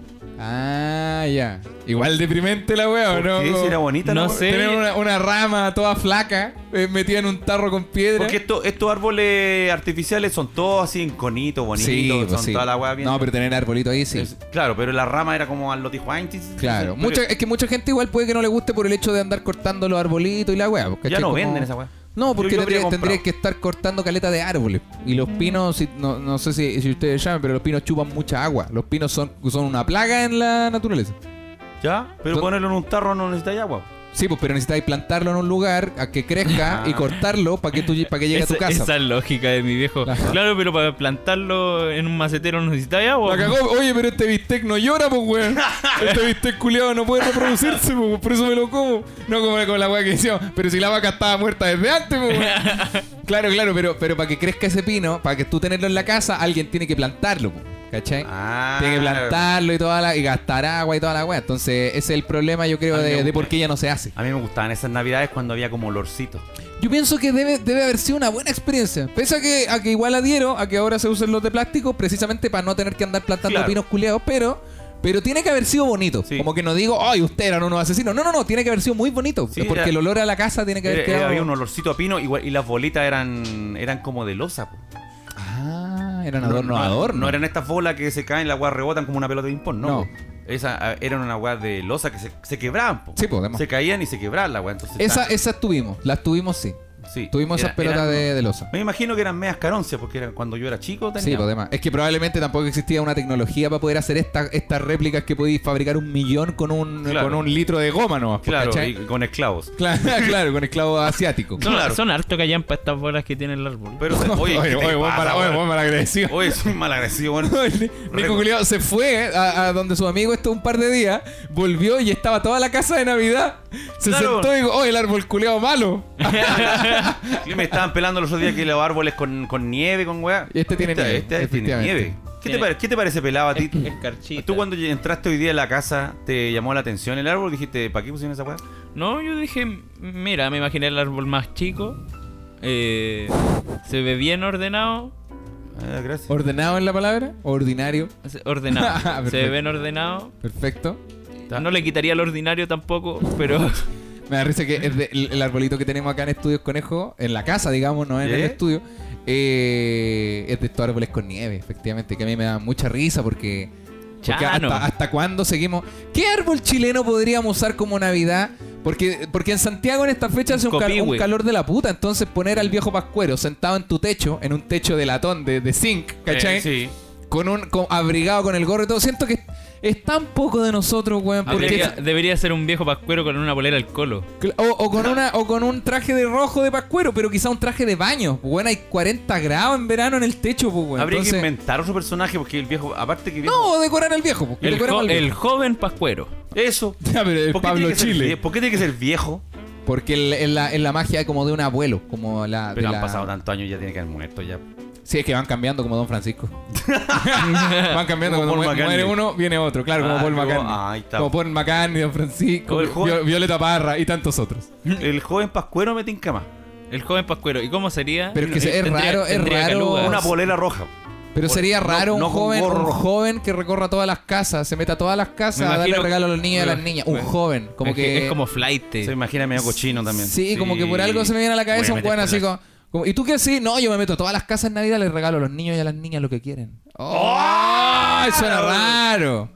C: Ah, ya. Igual deprimente la wea, ¿o
E: Porque
C: no?
E: esa era bonita,
B: No
E: la
B: sé.
C: Tener una, una rama toda flaca eh, metida en un tarro con piedra.
E: Porque esto- estos árboles artificiales son todos así en conito, bonitos,
C: sí, pues
E: son
C: sí.
E: toda la weá bien.
C: No, pero tener arbolito ahí sí.
E: Es- claro, pero la rama era como a los tijuanchis.
C: Claro,
E: Pero
C: mucha, es que mucha gente igual puede que no le guste por el hecho de andar cortando los arbolitos y la weá.
E: Ya no venden esa weá.
C: No, porque
E: Yo- yo habría
C: tendría,
E: comprado. Mm.
C: tendría que estar cortando caleta de árboles. Y los pinos, si- no, no sé si, si ustedes saben, pero los pinos chupan mucha agua. Los pinos son, son una plaga en la naturaleza.
E: Ya, pero
C: Son-
E: ponerlo en un tarro no necesitáis agua.
C: Sí, pues, pero necesitáis plantarlo en un lugar a que crezca y cortarlo para que, tú, para que llegue
B: esa,
C: a tu casa.
B: esa es la lógica de mi viejo. Claro, pero para plantarlo en un macetero no necesitáis agua.
H: La cagó. Oye, pero este bistec no llora, pues, weón. Este bistec culiado no puede reproducirse, pues. Por eso me lo como. No como con la weá que decíamos. Pero si la vaca estaba muerta desde antes, pues, weón.
C: Claro, claro, pero, pero para que crezca ese pino, para que tú tenerlo en la casa, alguien tiene que plantarlo, po, ¿cachai?
E: Ah.
C: Tiene que plantarlo y toda la, y gastar agua y toda la weá. Entonces, ese es el problema, yo creo,
E: A mí me
C: de, de
E: gusta.
C: por qué ya no se hace.
E: A mí me gustaban esas navidades cuando había como olorcito.
C: Yo pienso que debe, debe haber sido una buena experiencia. Pese a que, a que igual adhiero a que ahora se usen los de plástico precisamente para no tener que andar plantando
E: Claro.
C: pinos culeados, pero. Pero tiene que haber sido bonito.
E: Sí.
C: Como que no digo, ay, ustedes eran unos asesinos. No, no, no, tiene que haber sido muy bonito.
E: Sí,
C: porque
E: era-
C: el olor a la casa tiene que haber
E: Era-
C: quedado.
E: Eh, había un olorcito a pino igual- y, las bolitas eran eran como de losa. po.
C: Ah, eran adornos, adornos.
E: No eran estas bolas que se caen, las weas rebotan como una pelota de ping-pong, no.
C: No.
E: po. Esa, a- eran una weas de losa que se, se quebraban. po.
C: Sí, po, además.
E: se caían y se quebraban las weas. Entonces,
C: Esa-
E: estaban-
C: esas tuvimos, las tuvimos sí.
E: sí,
C: Tuvimos
E: era-
C: esas pelotas
E: eran-
C: de, de losa.
E: Me imagino que eran medias caroncias porque eran cuando yo era chico.
C: Sí,
E: Tenía,
C: pues además. Es que probablemente tampoco existía una tecnología para poder hacer esta- estas réplicas que podéis fabricar un millón con un,
E: Claro.
C: con un litro de goma nomás. pues,
E: claro,
C: ¿cachai?
E: y con esclavos.
C: Claro, claro, con esclavo asiático.
B: Son, son harto callan para estas bolas que tiene el árbol.
E: Pero, oye, ¿qué
H: Oye,
E: te
H: oye, vos
E: pasa,
H: mala- oye,
E: weón?
H: vos malagradecido.
E: Oye, soy malagradecido, bueno.
C: Nico Culeado se fue a, a donde su amigo estuvo un par de días, volvió y estaba toda la casa de Navidad. Se
E: Claro.
C: sentó y dijo, oh, el árbol culeado malo.
E: Me estaban pelando los otros días que los árboles con, con nieve, con weá.
C: Y este tiene nieve,
E: Este, tiene
C: efectivamente.
E: nieve. ¿Qué te,
B: Tiene-
E: pare- ¿Qué te parece pelado a ti?
B: Escarchita.
E: Tú cuando entraste hoy día a la casa, ¿te llamó la atención el árbol? Dijiste, ¿para qué pusieron esa weá?
B: No, yo dije, mira, me imaginé el árbol más chico. eh, se ve bien ordenado.
E: Ah, gracias.
C: ¿Ordenado en la palabra? ¿Ordinario?
B: Ordenado. se ve
C: Perfecto.
B: bien ordenado.
C: Perfecto.
B: No le quitaría el ordinario tampoco, pero
C: Me da risa que es de- el, el arbolito que tenemos acá en Estudios Conejo, en la casa, digamos, no en el
E: ¿Eh?
C: estudio, eh, es de estos árboles con nieve, efectivamente, que a mí me da mucha risa porque... Porque
B: Chano.
C: hasta, hasta cuándo seguimos. ¿Qué árbol chileno podríamos usar como Navidad? Porque, porque en Santiago en esta fecha hace un, cal-
B: copihue.
C: un calor de la puta. Entonces poner al viejo Pascuero sentado en tu techo, en un techo de latón, de, de zinc, ¿cachai?
E: Eh, sí.
C: Con un con- abrigado con el gorro y todo. Siento que es tan poco de nosotros, weón. Porque
B: debería, debería ser un viejo pascuero con una bolera al colo.
C: Cla- O, o con una, o con un traje de rojo de pascuero, pero quizá un traje de baño. Bueno, hay 40 grados en verano en el techo, pues, weón.
E: Habría que
C: Entonces-
E: inventar otro personaje porque el viejo, aparte que viejo.
C: No, decorar al viejo, pues.
B: El,
C: decoremos
B: jo-
C: al viejo.
B: el joven pascuero.
E: Eso.
H: Ya, pero el
E: ¿Por qué
H: Pablo
E: tiene que ser
H: Chile.
E: vie- ¿Por qué tiene que ser viejo?
C: Porque el- es la, es la magia como de un abuelo, como la... de
E: Pero han
C: la-
E: pasado tantos años, ya tiene que haber muerto ya.
C: Sí, es que van cambiando como Don Francisco. van cambiando cuando
E: Como Paul
C: mu-
E: McCartney.
C: muere uno, viene otro. Claro, como
E: Ah,
C: Paul
E: como-
C: McCartney.
E: ah, ahí está.
C: Como Paul McCartney, Don Francisco,
E: Como el joven-
C: Vi- Violeta Parra y tantos otros.
E: El joven Pascuero me tinca más.
B: El joven pascuero. ¿Y cómo sería?
C: Pero es que se- es
B: Tendría-
C: raro, es
B: tendría
C: raro.
B: calugas.
E: Una polera roja.
C: Pero
E: Por-
C: sería
E: no-
C: raro
E: no
C: un,
E: con
C: joven, un
E: gorro.
C: joven que recorra todas las casas, se meta a todas las casas
B: Me
C: a darle
B: imagino-
C: regalo a los niños y a las
B: me-
C: niñas. Un
B: me-
C: joven, como
B: es
C: que...
B: es como flight.
E: Se imagina medio cochino también.
C: Sí, como que por algo se me viene a la cabeza
E: Voy
C: un
E: meter
C: buen
E: con
C: así
E: la-
C: como, como- ¿Y tú qué así? No, yo me meto a todas las casas en Navidad, les regalo a los niños y a las niñas lo que quieren. ¡Oh! Suena raro.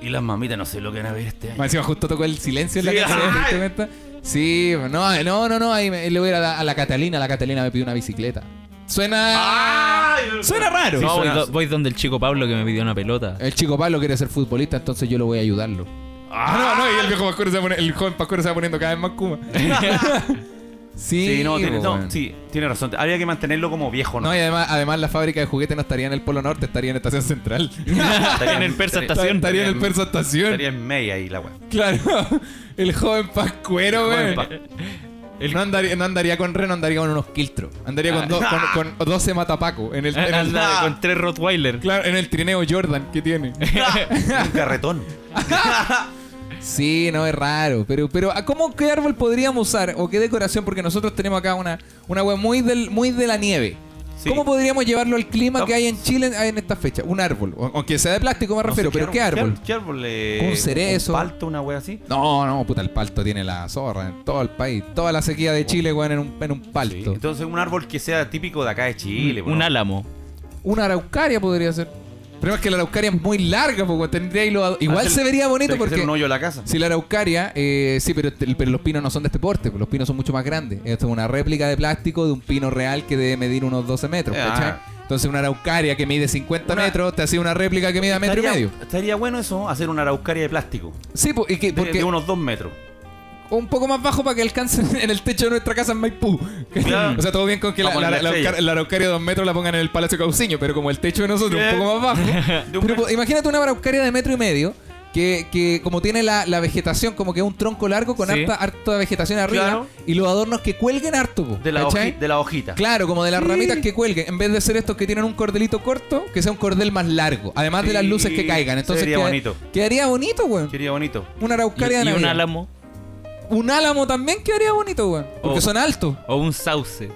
E: Y las mamitas no sé lo que van a ver este año.
C: Más encima justo tocó el silencio en la
E: Sí,
C: canción, ¿te
E: ay.
C: diste cuenta? Sí, no, no, no, no, ahí me- le voy a ir a la, a la Catalina, la Catalina me pidió una bicicleta. Suena... Suena raro.
B: No,
E: Sí,
B: voy,
E: suena-
B: do- voy donde el chico Pablo que me pidió una pelota.
C: El chico Pablo quiere ser futbolista, entonces yo lo voy a ayudarlo.
H: Ah, no, no, y el viejo Pascuero se va poniendo, el joven Pascuero se va poniendo cada vez más kuma.
C: Sí, pues,
E: sí, no, tiene, no,
C: weón.
E: sí, tiene razón. Habría que mantenerlo como viejo, ¿no?
C: No, y además, además la fábrica de juguetes no estaría en el Polo Norte, estaría en Estación Central.
E: Estaría
B: en el Persa Estación.
C: estaría en el Persa Estación.
E: Estaría en media ahí la weá.
C: Claro. El joven Pascuero,
E: Joven
C: güey.
E: pa-
C: No, andaría, no andaría con Reno, andaría con unos quiltros. Andaría
E: Ah.
C: con, do- con, con 12 matapacos en el, en el-
B: Eh, Anda con tres Rottweiler.
C: claro, en el trineo Jordan que tiene.
E: Un carretón.
C: Sí, no es raro. Pero, pero ¿a cómo qué árbol podríamos usar? ¿O qué decoración? Porque nosotros tenemos acá una, una web muy, del, muy de la nieve.
E: Sí.
C: ¿Cómo podríamos llevarlo al clima que
E: Vamos.
C: hay en Chile en, en esta fecha? Un árbol. O- Aunque sea de plástico me
E: No
C: refiero,
E: sé,
C: pero ¿qué árbol?
E: ¿Qué árbol? eh,
C: Un cerezo.
E: Un palto, una weá así.
C: No, no, puta, el palto tiene la zorra en todo el país. Toda la sequía de Chile, weón, en un, en un
E: Sí,
C: palto.
E: Entonces un árbol que sea típico de acá de Chile. po,
B: Un
E: ¿no?
B: álamo.
C: Una araucaria podría ser. Pero es que la araucaria es muy larga, porque tendría ahí los- Igual
E: Hacer-
C: se vería bonito
E: tiene que
C: porque.
E: hacer un hoyo a la casa.
C: Si la araucaria, eh, sí, pero, te- pero los pinos no son de este porte, los pinos son mucho más grandes. Esto es una réplica de plástico de un pino real que debe medir unos 12 metros,
E: Ah.
C: ¿cachai? Entonces una araucaria que mide 50
E: Una-
C: metros te hace una réplica que mida metro y
E: estaría,
C: medio.
E: estaría bueno eso, hacer una araucaria de plástico.
C: Sí, po- y que-
E: De,
C: porque
E: de unos dos metros.
C: un poco más bajo para que alcance en el techo de nuestra casa en Maipú.
E: Claro.
C: o sea, todo bien con que la,
E: Como
C: la-
E: en la
C: la
E: estrella.
C: araucar- la araucaria de 2 metros la pongan en el Palacio Cauciño, pero como el techo de nosotros
E: Bien.
C: un poco más bajo.
E: De un
C: Pero,
E: metro.
C: pues, imagínate una araucaria de metro y medio que, que como tiene la, la vegetación, como que es un tronco largo con
B: Sí.
C: harta, harta vegetación arriba
E: Claro.
C: y los adornos que cuelguen harto. po,
E: De la,
C: ¿cachai?
E: hoji- de la hojita.
C: Claro, como de las ramitas que cuelguen. En vez de ser estos que tienen un cordelito corto, que sea un cordel más largo. Además de las
E: Sí,
C: luces que caigan. Entonces
E: sería
C: queda-
E: bonito.
C: quedaría bonito, weón.
E: Sería bonito.
B: Y,
C: Una araucaria
B: y
C: de
B: un
C: Navidad.
B: álamo.
C: Un álamo también quedaría bonito, weón. Porque
B: Oh.
C: son altos.
B: O un sauce.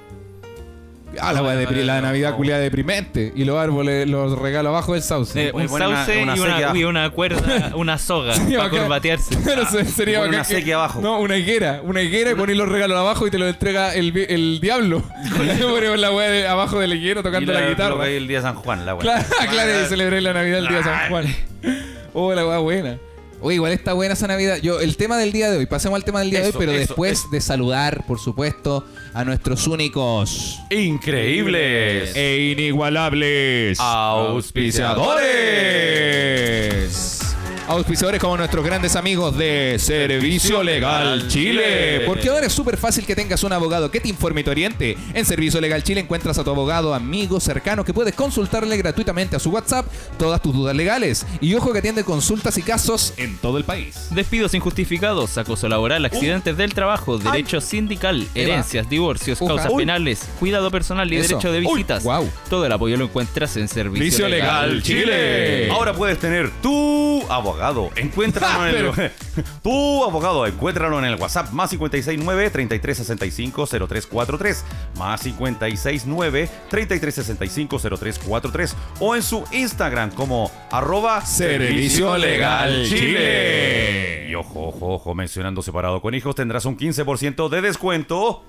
C: Ah, la, weá depri- la Navidad culia deprimente. Y los árboles los regalo abajo del sauce.
B: Eh,
E: Oye,
B: un
E: pon una-
B: sauce
E: una
B: y, una,
E: sequía.
B: y una cuerda, una soga
C: Sí,
B: para
C: bacán.
B: corbatearse.
C: Pero se- sería
E: Pon Ah, una
C: bacán que-
E: sequía abajo.
C: No, una higuera. Una higuera y poner los regalos abajo y te los entrega el, vi- el diablo. Ponemos la weá de- abajo de la higuera
E: Y
C: tocando la, guitarra.
E: lo que hay el día de San Juan, la weá.
C: Claro, claro, y celebré la Navidad el día de San Juan. Oh, la weá buena. Oye, igual está buena esa Navidad. Yo, el tema del día de hoy, pasemos al tema del día de hoy,
E: Eso,
C: pero
E: eso,
C: después de saludar, por supuesto, a nuestros únicos
I: Increíbles.
C: e inigualables auspiciadores. Auspiciadores como nuestros grandes amigos de Servicio Legal Chile. Porque ahora es súper fácil que tengas un abogado que te informe y te oriente. En Servicio Legal Chile encuentras a tu abogado, amigo, cercano, que puedes consultarle gratuitamente a su WhatsApp todas tus dudas legales. Y ojo que atiende consultas y casos en todo el país.
B: Despidos injustificados, acoso laboral, accidentes del trabajo, derecho sindical, herencias, divorcios,
C: Uja.
B: causas
C: Uy.
B: penales, cuidado personal y
C: Eso.
B: derecho de
C: Uy.
B: visitas.
C: Guau.
B: Todo el apoyo lo encuentras en Servicio
A: Vicio
B: Legal.
A: Legal Chile.
I: Ahora
E: Ahora puedes tener tu abogado.
A: Ah,
E: Encuéntralo en el. tu abogado, encuéntralo en el WhatsApp más 569 3365 0343 más 569 3365 0343 o en su Instagram como arroba
A: Servicio Legal Chile.
E: Y ojo, ojo, ojo, mencionando separado con hijos, tendrás un 15% de descuento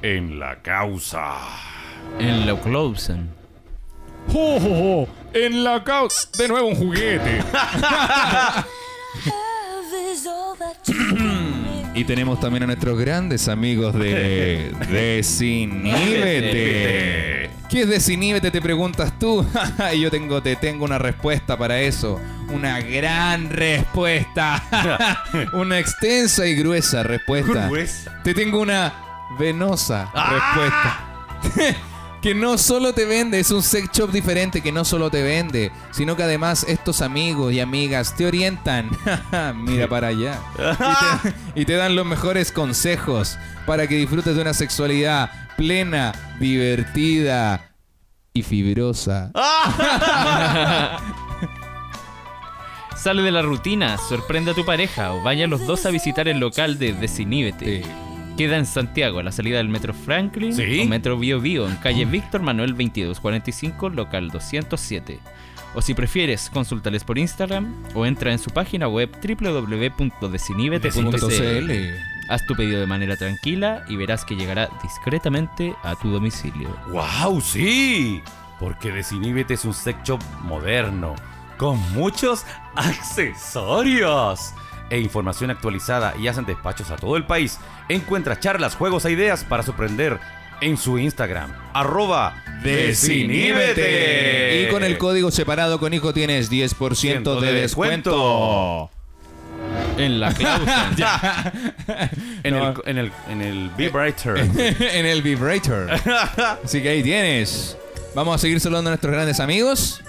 E: en la causa.
B: En Lauclausen.
A: ¡Jo, jo, jo! En la causa. De nuevo un juguete.
C: Y tenemos también a nuestros grandes amigos de Desiníbete. ¿Qué es Desiníbete? Te preguntas tú. y yo tengo, te tengo una respuesta para eso. Una gran respuesta. una extensa y gruesa respuesta.
A: Pues,
E: Gruesa.
C: Te tengo una venosa respuesta. que no solo te vende, es un sex shop diferente que no solo te vende, sino que además estos amigos y amigas te orientan. Mira para allá. Y te, y te dan los mejores consejos para que disfrutes de una sexualidad plena, divertida y fibrosa.
B: Sale de la rutina, sorprende a tu pareja o vayan los dos a visitar el local de Desiníbete. Queda en Santiago, a la salida del Metro Franklin
E: Sí.
B: o Metro Bio Bio, en calle Víctor Manuel 2245, local 207. O si prefieres, consúltales por Instagram o entra en su página web www.desinibete.cl. Haz tu pedido de manera tranquila y verás que llegará discretamente a tu domicilio.
E: ¡Wow! ¡Sí! Porque Desiníbete es un sex shop moderno, con muchos accesorios e información actualizada y hacen despachos a todo el país. Encuentra charlas, juegos e ideas para sorprender en su Instagram. Arroba Desiníbete.
C: Y con el código separado con hijo tienes 10% de
E: de
C: descuento.
B: En la Clausen.
E: En,
C: No.
E: el, en, el, en el vibrator.
C: en el vibrator. Así que ahí tienes. Vamos a seguir saludando a nuestros grandes amigos.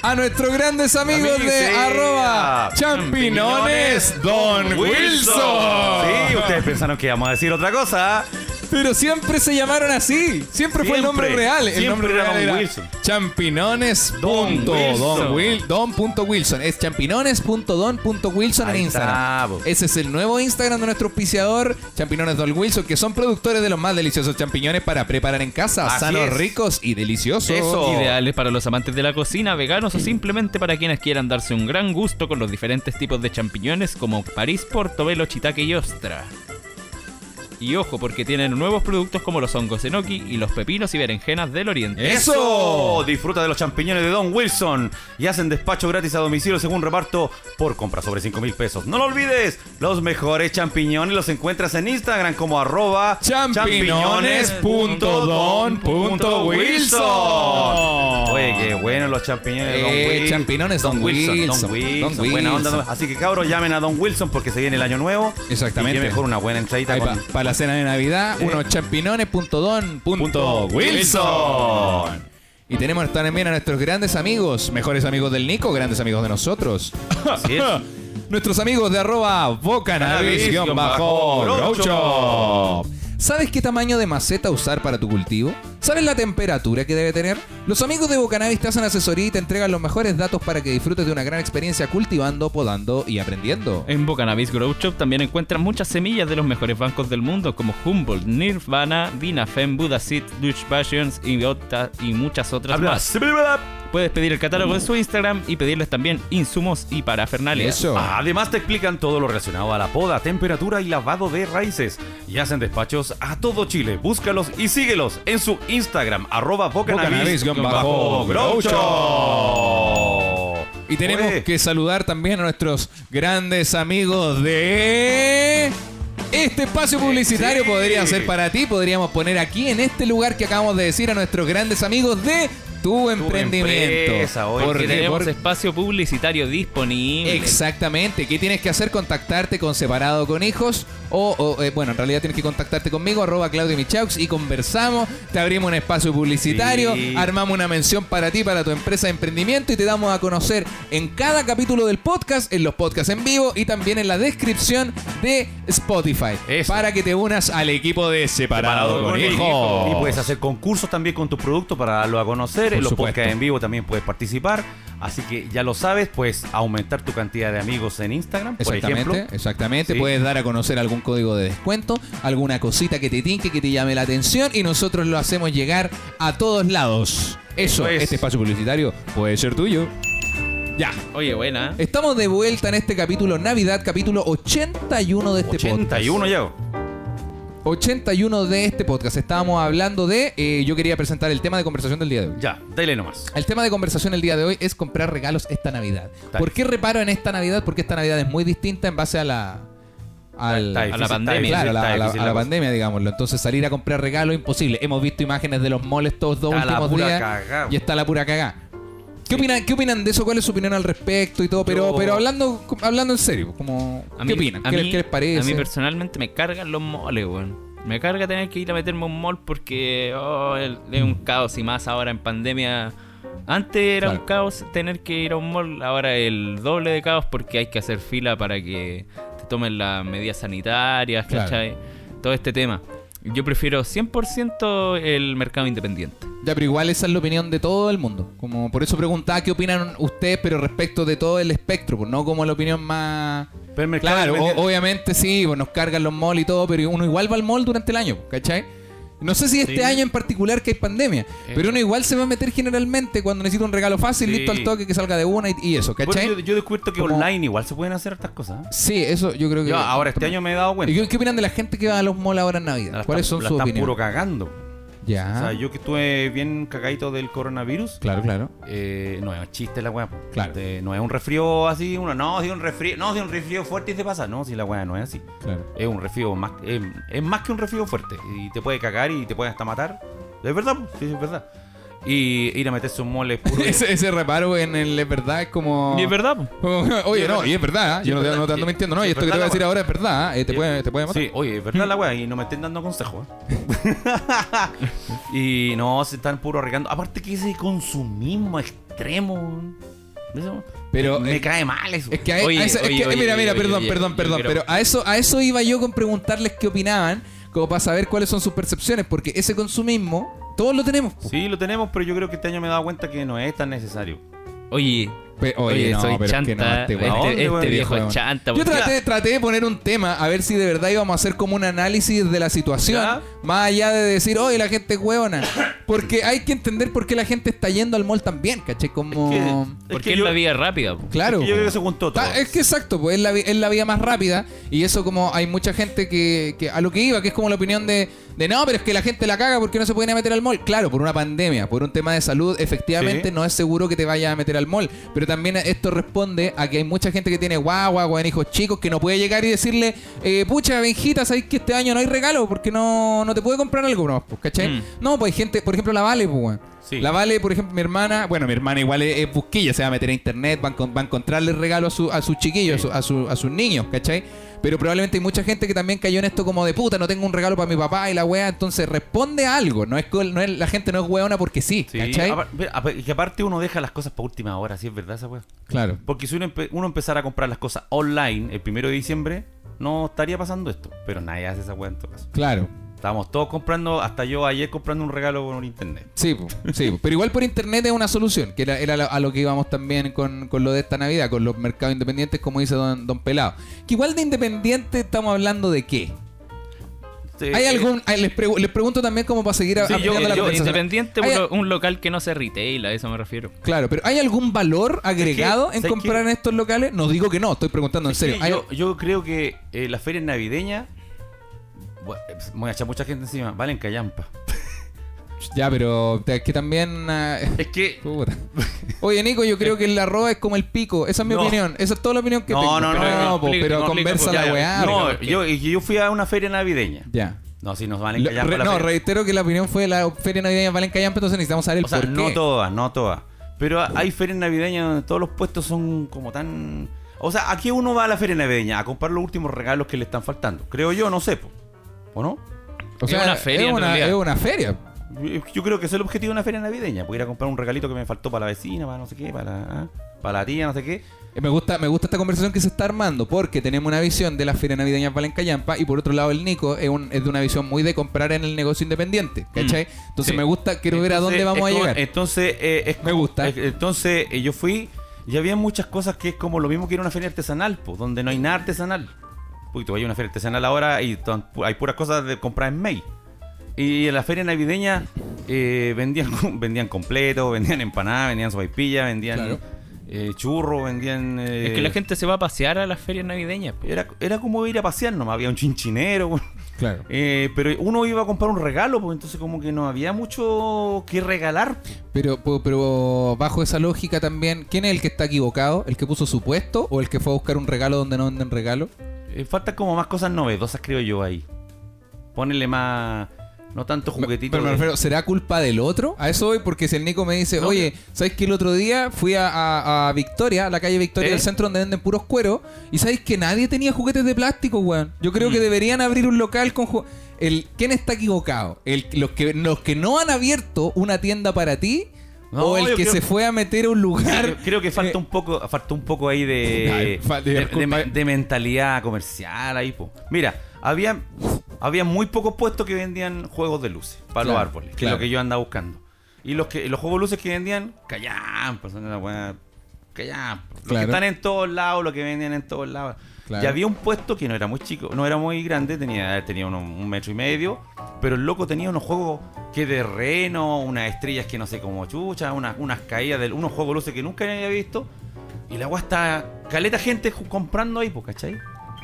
C: A nuestros grandes amigos
E: Amigos,
C: de
E: sí.
C: arroba
E: Ah,
C: champinones Don Wilson.
E: Sí, ustedes pensaron que íbamos a decir otra cosa.
C: Pero siempre se llamaron así. Siempre, fue el nombre
E: Siempre.
C: real. el
E: Siempre
C: nombre
E: era
C: real
E: Don
C: era
E: Wilson.
C: Champinones.
E: Don
C: punto Don,
E: Wilson.
C: Wil- don punto Wilson. Es champinones.don.wilson en
E: Ahí está,
C: Instagram.
E: po.
C: Ese es el nuevo Instagram de nuestro auspiciador, Champinones Don Wilson, que son productores de los más deliciosos champiñones para preparar en casa,
E: Así
C: sanos,
E: es.
C: ricos y deliciosos.
E: Eso.
B: Ideales para los amantes de la cocina, veganos o simplemente para quienes quieran darse un gran gusto con los diferentes tipos de champiñones como París, Portobelo, Shiitake y Ostra. Y ojo, porque tienen nuevos productos como los hongos enoki y los pepinos y berenjenas del oriente.
E: ¡Eso! Disfruta de los champiñones de Don Wilson y hacen despacho gratis a domicilio según reparto por compra sobre 5 mil pesos. No lo olvides, los mejores champiñones los encuentras en Instagram como arroba
C: Champiñones.don.wilson.
E: Oye, qué bueno los champiñones de Don
C: Eh,
E: Wilson.
C: champiñones Don Wilson,
E: Don Wilson.
C: Don
E: Buena
C: Wilson.
E: onda. Don- Así que cabros, llamen a Don Wilson porque se viene el año nuevo.
C: Exactamente.
E: Y qué mejor una buena entradita
C: Ahí
E: con Eh.
C: pa- para la cena de Navidad, unos champinones.don.wilson.
E: Wilson.
C: Y tenemos también a nuestros grandes amigos, mejores amigos del Nico, grandes amigos de nosotros.
E: Así es.
C: Nuestros amigos de arroba
E: Cannabis, guión bajo,
C: Grow
E: Grow
C: Shop. ¿Sabes qué tamaño de maceta usar para tu cultivo? ¿Sabes la temperatura que debe tener? Los amigos de Bocanabis te hacen asesoría y te entregan los mejores datos para que disfrutes de una gran experiencia cultivando, podando y aprendiendo.
B: En Bocanabis Grow Shop también encuentran muchas semillas de los mejores bancos del mundo como Humboldt, Nirvana, Dinafen, Budasit, Dutch Passions y, otra- y muchas otras más.
E: Habla.
B: Puedes pedir el catálogo en su Instagram y pedirles también insumos y parafernales.
C: Eso.
E: Además te explican todo lo relacionado a la poda, temperatura y lavado de raíces. Y hacen despachos a todo Chile. Búscalos y síguelos en su Instagram, arroba
C: Bocanabis,
E: bocanabis,
C: guión bajo,
E: groucho.
C: Y tenemos
E: Oye,
C: que saludar también a nuestros grandes amigos de... Este espacio publicitario
E: Sí.
C: podría ser para ti. Podríamos poner aquí, en este lugar que acabamos de decir, a nuestros grandes amigos de tu emprendimiento.
E: empresa, oye,
C: ¿Por
B: Porque
C: qué?
B: tenemos
C: Por-
B: espacio publicitario disponible.
C: Exactamente. ¿Qué tienes que hacer? Contactarte con Separado con Hijos. O, o, eh, bueno, en realidad tienes que contactarte conmigo, arroba Claudio Michaux, y conversamos. Te abrimos un espacio publicitario,
E: Sí.
C: armamos una mención para ti, para tu empresa de emprendimiento, y te damos a conocer en cada capítulo del podcast, en los podcasts en vivo y también en la descripción de Spotify.
E: Eso.
C: Para que te unas al equipo de Separado,
E: parado
C: con
E: con
C: Hijos.
E: hijos. Y puedes hacer concursos también con tu producto para darlo a conocer.
C: Por
E: en los
C: supuesto.
E: podcasts en vivo también puedes participar. Así que ya lo sabes, puedes aumentar tu cantidad de amigos en Instagram, por
C: Exactamente,
E: ejemplo.
C: exactamente.
E: Sí.
C: Puedes dar a conocer algún código de descuento, alguna cosita que te tinque, que te llame la atención y nosotros lo hacemos llegar a todos lados. Eso,
E: Eso es.
C: este espacio publicitario puede ser tuyo. Ya.
B: Oye, buena.
C: Estamos de vuelta en este capítulo Navidad, capítulo 81 de este podcast.
E: 81 ya.
C: 81 de este podcast. Estábamos hablando de. eh, yo quería presentar el tema de conversación del día de hoy.
E: Ya, dale nomás.
C: El tema de conversación el día de hoy es comprar regalos esta Navidad.
E: Está
C: ¿Por qué reparo en esta Navidad? Porque esta Navidad es muy distinta en base a la. al-
E: Está difícil,
B: la
E: está
B: pandemia.
E: difícil,
C: Claro, a la-
E: está
C: a la,
E: difícil
C: a la
E: cosa.
C: pandemia, digámoslo. Entonces salir a comprar regalos imposible. Hemos visto imágenes de los moles estos dos
E: Está la
C: últimos
E: pura
C: días
E: cagá.
C: y está la pura cagá. ¿Qué, opinan, ¿Qué opinan de eso? ¿Cuál es su opinión al respecto y todo? Pero,
E: Yo-
C: pero hablando, hablando en serio, como,
B: A
C: ¿qué
B: mí-
C: opinan?
B: a
C: ¿Qué,
B: mí-
C: qué les parece?
B: A mí personalmente me cargan los moles, weón. Me carga tener que ir a meterme a un mall porque oh, el- es un caos y más ahora en pandemia. Antes era
C: Claro.
B: un caos tener que ir a un mall, ahora el doble de caos porque hay que hacer fila para que te tomen las medidas sanitarias,
C: Claro.
B: ¿cachai? Todo este tema. Yo prefiero 100% el mercado independiente.
C: Ya, pero igual esa es la opinión de todo el mundo. Como por eso preguntaba qué opinan ustedes, pero respecto de todo el espectro, pues no como la opinión más.
E: Pero el mercado
C: Claro,
E: independiente-
C: o- obviamente sí, pues nos cargan los malls y todo, pero uno igual va al mall durante el año, ¿cachai? No sé si este año en particular que hay pandemia,
E: Eh.
C: pero uno igual se va a meter generalmente cuando necesita un regalo fácil,
E: Sí.
C: listo al toque, que salga de una y, y eso,
E: Bueno,
C: ¿cachai?
E: yo, yo he descubierto que
C: Como-
E: online igual se pueden hacer estas cosas. ¿eh?
C: sí, eso yo creo que.
E: Yo ahora este año me he dado cuenta.
C: ¿Y qué, qué opinan de la gente que va a los malls ahora en Navidad?
E: La
C: ¿Cuáles
E: están-
C: son
E: la
C: sus
E: están
C: opiniones?
E: puro cagando.
C: Ya.
E: O sea, yo que estuve bien cagadito del coronavirus,
C: Ah. Claro, claro.
E: eh, no es un chiste la weá. po.
C: Claro.
E: Eh, no es un resfrío así, uno, no, si un resfrío, no, si un resfrío fuerte y te pasa. No, si la weá no es así.
C: Claro.
E: Es un resfrío más, es, es más que un resfrío fuerte. Y te puede cagar y te puede hasta matar. Es verdad, po, sí, es verdad. Y ir a meterse un mole puro.
C: ese, ese reparo en el es verdad es como.
B: Y es verdad. po.
C: como, Oye, no, y es verdad, ¿eh? yo no, te- no te ando mintiendo, no,
E: Sí,
C: y
E: es
C: esto que te voy a
E: verdad,
C: decir
E: la
C: ahora es verdad, ¿eh? te, puede, te puede matar.
E: Sí, oye, es verdad la weá, y no me estén dando consejos. ¿eh? y no, se están puro regando. Aparte que ese consumismo extremo. weón. Eso
C: Pero,
E: me
C: eh,
E: cae mal eso.
C: Es que, a-
B: Oye,
C: a esa- es
B: oye,
C: que-
B: oye,
C: mira,
B: oye,
C: mira,
B: oye,
C: perdón,
B: oye,
C: perdón,
B: yo
C: perdón,
B: quiero-
C: pero a eso, a eso iba yo con preguntarles qué opinaban, como para saber cuáles son sus percepciones, porque ese consumismo, todos lo tenemos. po.
E: Sí, lo tenemos, pero yo creo que este año me he dado cuenta que no es tan necesario.
B: Oye,
C: Pe-
B: oye,
C: no,
B: soy
C: pero es
B: chanta.
C: que no, este
B: este
C: weón.
E: ¿A dónde,
B: este
E: weón?
B: viejo
C: Viejo,
B: es chanta.
C: Yo
B: porque-
C: traté, traté de poner un tema, a ver si de verdad íbamos a hacer como un análisis de la situación,
E: Ya.
C: más allá de decir, oye, la gente es hueona. Porque hay que entender por qué la gente está yendo al mall también, ¿caché? Como...
E: Es
B: Porque
E: que
B: es
E: yo-
B: la vía rápida. po.
C: Claro.
E: Es que yo creo que
C: po.
E: se juntó todo.
C: Ta- es que exacto, pues es la, vi- es la vía más rápida y eso como hay mucha gente que, que a lo que iba, que es como la opinión de, de no, pero es que la gente la caga porque no se pueden ir a meter al mall. Claro, por una pandemia, por un tema de salud, efectivamente
E: Sí.
C: no es seguro que te vayas a meter al mall, pero también esto responde a que hay mucha gente que tiene guagua, guagua, hijos chicos, que no puede llegar y decirle, eh, pucha, Benjita, sabes que este año no hay regalo porque no, no te puede comprar algo, no, pues, ¿cachai?
B: Mm.
C: No, pues hay gente, por ejemplo, la Vale, pues, weón.
E: Sí.
C: La Vale, por ejemplo, mi hermana, bueno, mi hermana igual es, es busquilla, se va a meter a internet, va a, encon- va a encontrarle regalo a, su, a sus chiquillos, a, su- a su- a sus niños, ¿cachai? Pero probablemente hay mucha gente que también cayó en esto como de puta, no tengo un regalo para mi papá y la wea, entonces responde a algo, no es, col- no es la gente no es weona porque sí,
E: Sí,
C: ¿cachai?
E: apar- ve- apa- y que aparte uno deja las cosas para última hora, ¿sí es verdad esa weá?
C: Claro.
E: Porque si uno, empe- uno empezara a comprar las cosas online el primero de diciembre, no estaría pasando esto. Pero nadie hace esa weá en todo caso.
C: Claro.
E: Estábamos todos comprando, hasta yo ayer comprando un regalo por internet.
C: Sí, po, sí, po. pero igual por internet es una solución, que era, era lo- a lo que íbamos también con, con lo de esta Navidad, con los mercados independientes, como dice don, don Pelado. Que igual de independiente estamos hablando de qué?
E: Sí,
C: ¿Hay
E: eh,
C: algún, ay, les, pregu- les pregunto también como para seguir a-
E: Sí, yo-
C: ampliando
E: yo-
C: la conversación.
B: Independiente,
C: ¿Hay-
B: un, lo- un local que no sea retail, a eso me refiero.
C: Claro, pero ¿hay algún valor agregado
E: Es que-
C: en
E: ¿sabes
C: comprar
E: qué?
C: en estos locales? No digo que no, estoy preguntando en
E: Sí,
C: serio. ¿Hay-
E: yo, yo creo que eh, las ferias navideñas. bueno, eh, me voy a echar mucha gente encima. Valen callampa.
C: Ya, pero es que también... ah,
E: Es que.
C: puta. Oye, Nico, yo creo que el arroba es como el pico. Esa es mi
E: No.
C: opinión. Esa es toda la opinión que
E: No,
C: tengo.
E: no, no,
C: pero,
B: no,
C: po,
B: explica,
C: pero
B: no, explica,
C: conversa
B: pues,
C: la
B: ya,
C: weá. po.
E: No, yo, yo fui a una feria navideña.
C: Ya.
E: No, si nos valen
C: Lo-
E: callampa.
C: re-
E: la
C: no,
E: feria.
C: reitero que la opinión fue la feria navideña Valen Callampa, entonces necesitamos saber el
E: O sea,
C: porqué.
E: no todas, no todas. Pero a- hay ferias navideñas donde todos los puestos son como tan. O sea, aquí uno va a la feria navideña a comprar los últimos regalos que le están faltando. Creo yo, no sé. po. ¿O no?
C: O sea,
B: Es una feria,
C: Es
B: en
C: una,
B: realidad.
C: es una feria.
E: Yo- Yo creo que ese es el objetivo de una feria navideña. Pues ir a comprar un regalito que me faltó para la vecina, para no sé qué, para la, para la tía, no sé qué.
C: Eh, Me gusta, me gusta esta conversación que se está armando porque tenemos una visión de la feria navideña Valencayampa y por otro lado el Nico es, un- es de una visión muy de comprar en el negocio independiente, ¿cachai? Entonces
E: Mm. sí.
C: me gusta, quiero ver a dónde
E: Entonces,
C: vamos a
E: es como-
C: llegar.
E: Entonces, eh, es
C: Me
E: como-
C: gusta.
E: es- entonces, eh, yo fui y había muchas cosas que es como lo mismo que ir a una feria artesanal, po, donde no hay nada artesanal. Porque tú vas a una feria artesanal ahora y ton- pu- hay puras cosas de comprar en May. Y en la feria navideña eh, vendían com- vendían completo, vendían empanadas, vendían sopaipilla, vendían
C: Claro.
E: eh, churro, vendían... eh,
B: Es que la gente se va a pasear a las ferias navideñas. po.
E: Era, era como ir a pasear nomás, había un chinchinero.
C: claro.
E: eh, pero uno iba a comprar un regalo, pues entonces como que no había mucho que regalar. pues. po.
C: Pero, po- pero bajo esa lógica también, ¿quién es el que está equivocado? ¿El que puso su puesto o el que fue a buscar un regalo donde no venden regalo?
E: Eh, faltan como más cosas novedosas, creo yo, ahí. Ponele más. No tanto juguetito.
C: Pero me
E: de-
C: refiero, ¿será culpa del otro? A eso voy, porque si el Nico me dice,
E: No,
C: oye, ¿sabes que el otro día fui a, a- a Victoria, a la calle Victoria
E: ¿Eh?
C: del centro donde venden puros cueros, y sabes que nadie tenía juguetes de plástico, weón? Yo
E: Mm.
C: creo que deberían abrir un local con ju- el ¿Quién está equivocado? El, los, que, los que no han abierto una tienda para ti
E: No,
C: o el
E: yo
C: que
E: creo-
C: se fue a meter a un lugar.
E: Creo, creo que falta un poco falta un poco ahí de,
C: Eh, Ay, fal-
E: de,
C: disculpa.
E: de- de mentalidad comercial ahí po. mira había había muy pocos puestos que vendían juegos de luces para los
C: Claro,
E: árboles que
C: claro.
E: es lo que yo andaba buscando y los que los juegos de luces que vendían callampa son una buena callampa los
C: Claro.
E: que están en todos lados los que vendían en todos lados
C: Claro.
E: y había un puesto que no era muy chico no era muy grande tenía tenía uno- un metro y medio pero el loco tenía unos juegos que de reno, unas estrellas que no sé cómo chucha, unas, unas caídas, de, unos juegos de luces que nunca había visto. Y la agua está caleta gente ju- comprando ahí, pues, ¿cachai?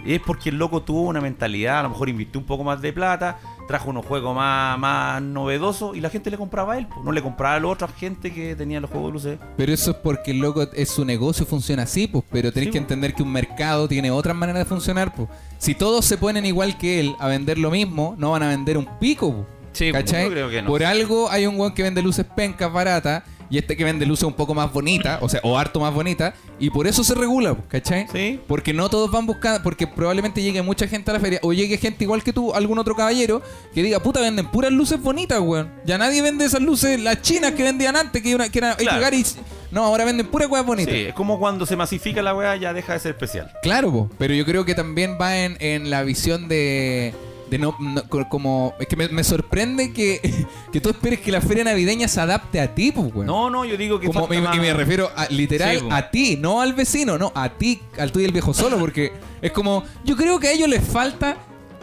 E: Y es porque el loco tuvo una mentalidad, a lo mejor invirtió un poco más de plata, trajo unos juegos más, más novedosos y la gente le compraba a él, pues, no le compraba a la otra gente que tenía los juegos de luces.
C: Pero eso es porque el loco es su negocio funciona así, pues, pero tenés
E: Sí,
C: que
E: pues.
C: entender que un mercado tiene otras maneras de funcionar, pues. Si todos se ponen igual que él a vender lo mismo, no van a vender un pico, pues.
B: Sí,
C: ¿Cachai?
E: yo creo que no.
C: Por algo hay un weón que vende luces pencas baratas y este que vende luces un poco más bonitas, o sea, o harto más bonitas, y por eso se regula, pues, ¿cachai?
E: Sí.
C: Porque no todos van buscando, porque probablemente llegue mucha gente a la feria, o llegue gente igual que tú, algún otro caballero, que diga, puta, venden puras luces bonitas, weón. Ya nadie vende esas luces, las chinas que vendían antes, que, una, que era hay que
E: Claro.
C: llegar y- No, ahora venden puras weas bonitas.
E: Sí, es como cuando se masifica la weá, ya deja de ser especial.
C: Claro, po, pero yo creo que también va en, en la visión de, de no, no- co- como es que me, me sorprende que, que tú esperes que la feria navideña se adapte a ti, pues, weón.
E: No, no, yo digo que.
C: Como-
E: falta
C: y,
E: más-
C: y me refiero a, literal
B: Sí, po.
C: a ti, no al vecino, no, a ti, al tuyo y el viejo solo, porque es como, yo creo que a ellos les falta,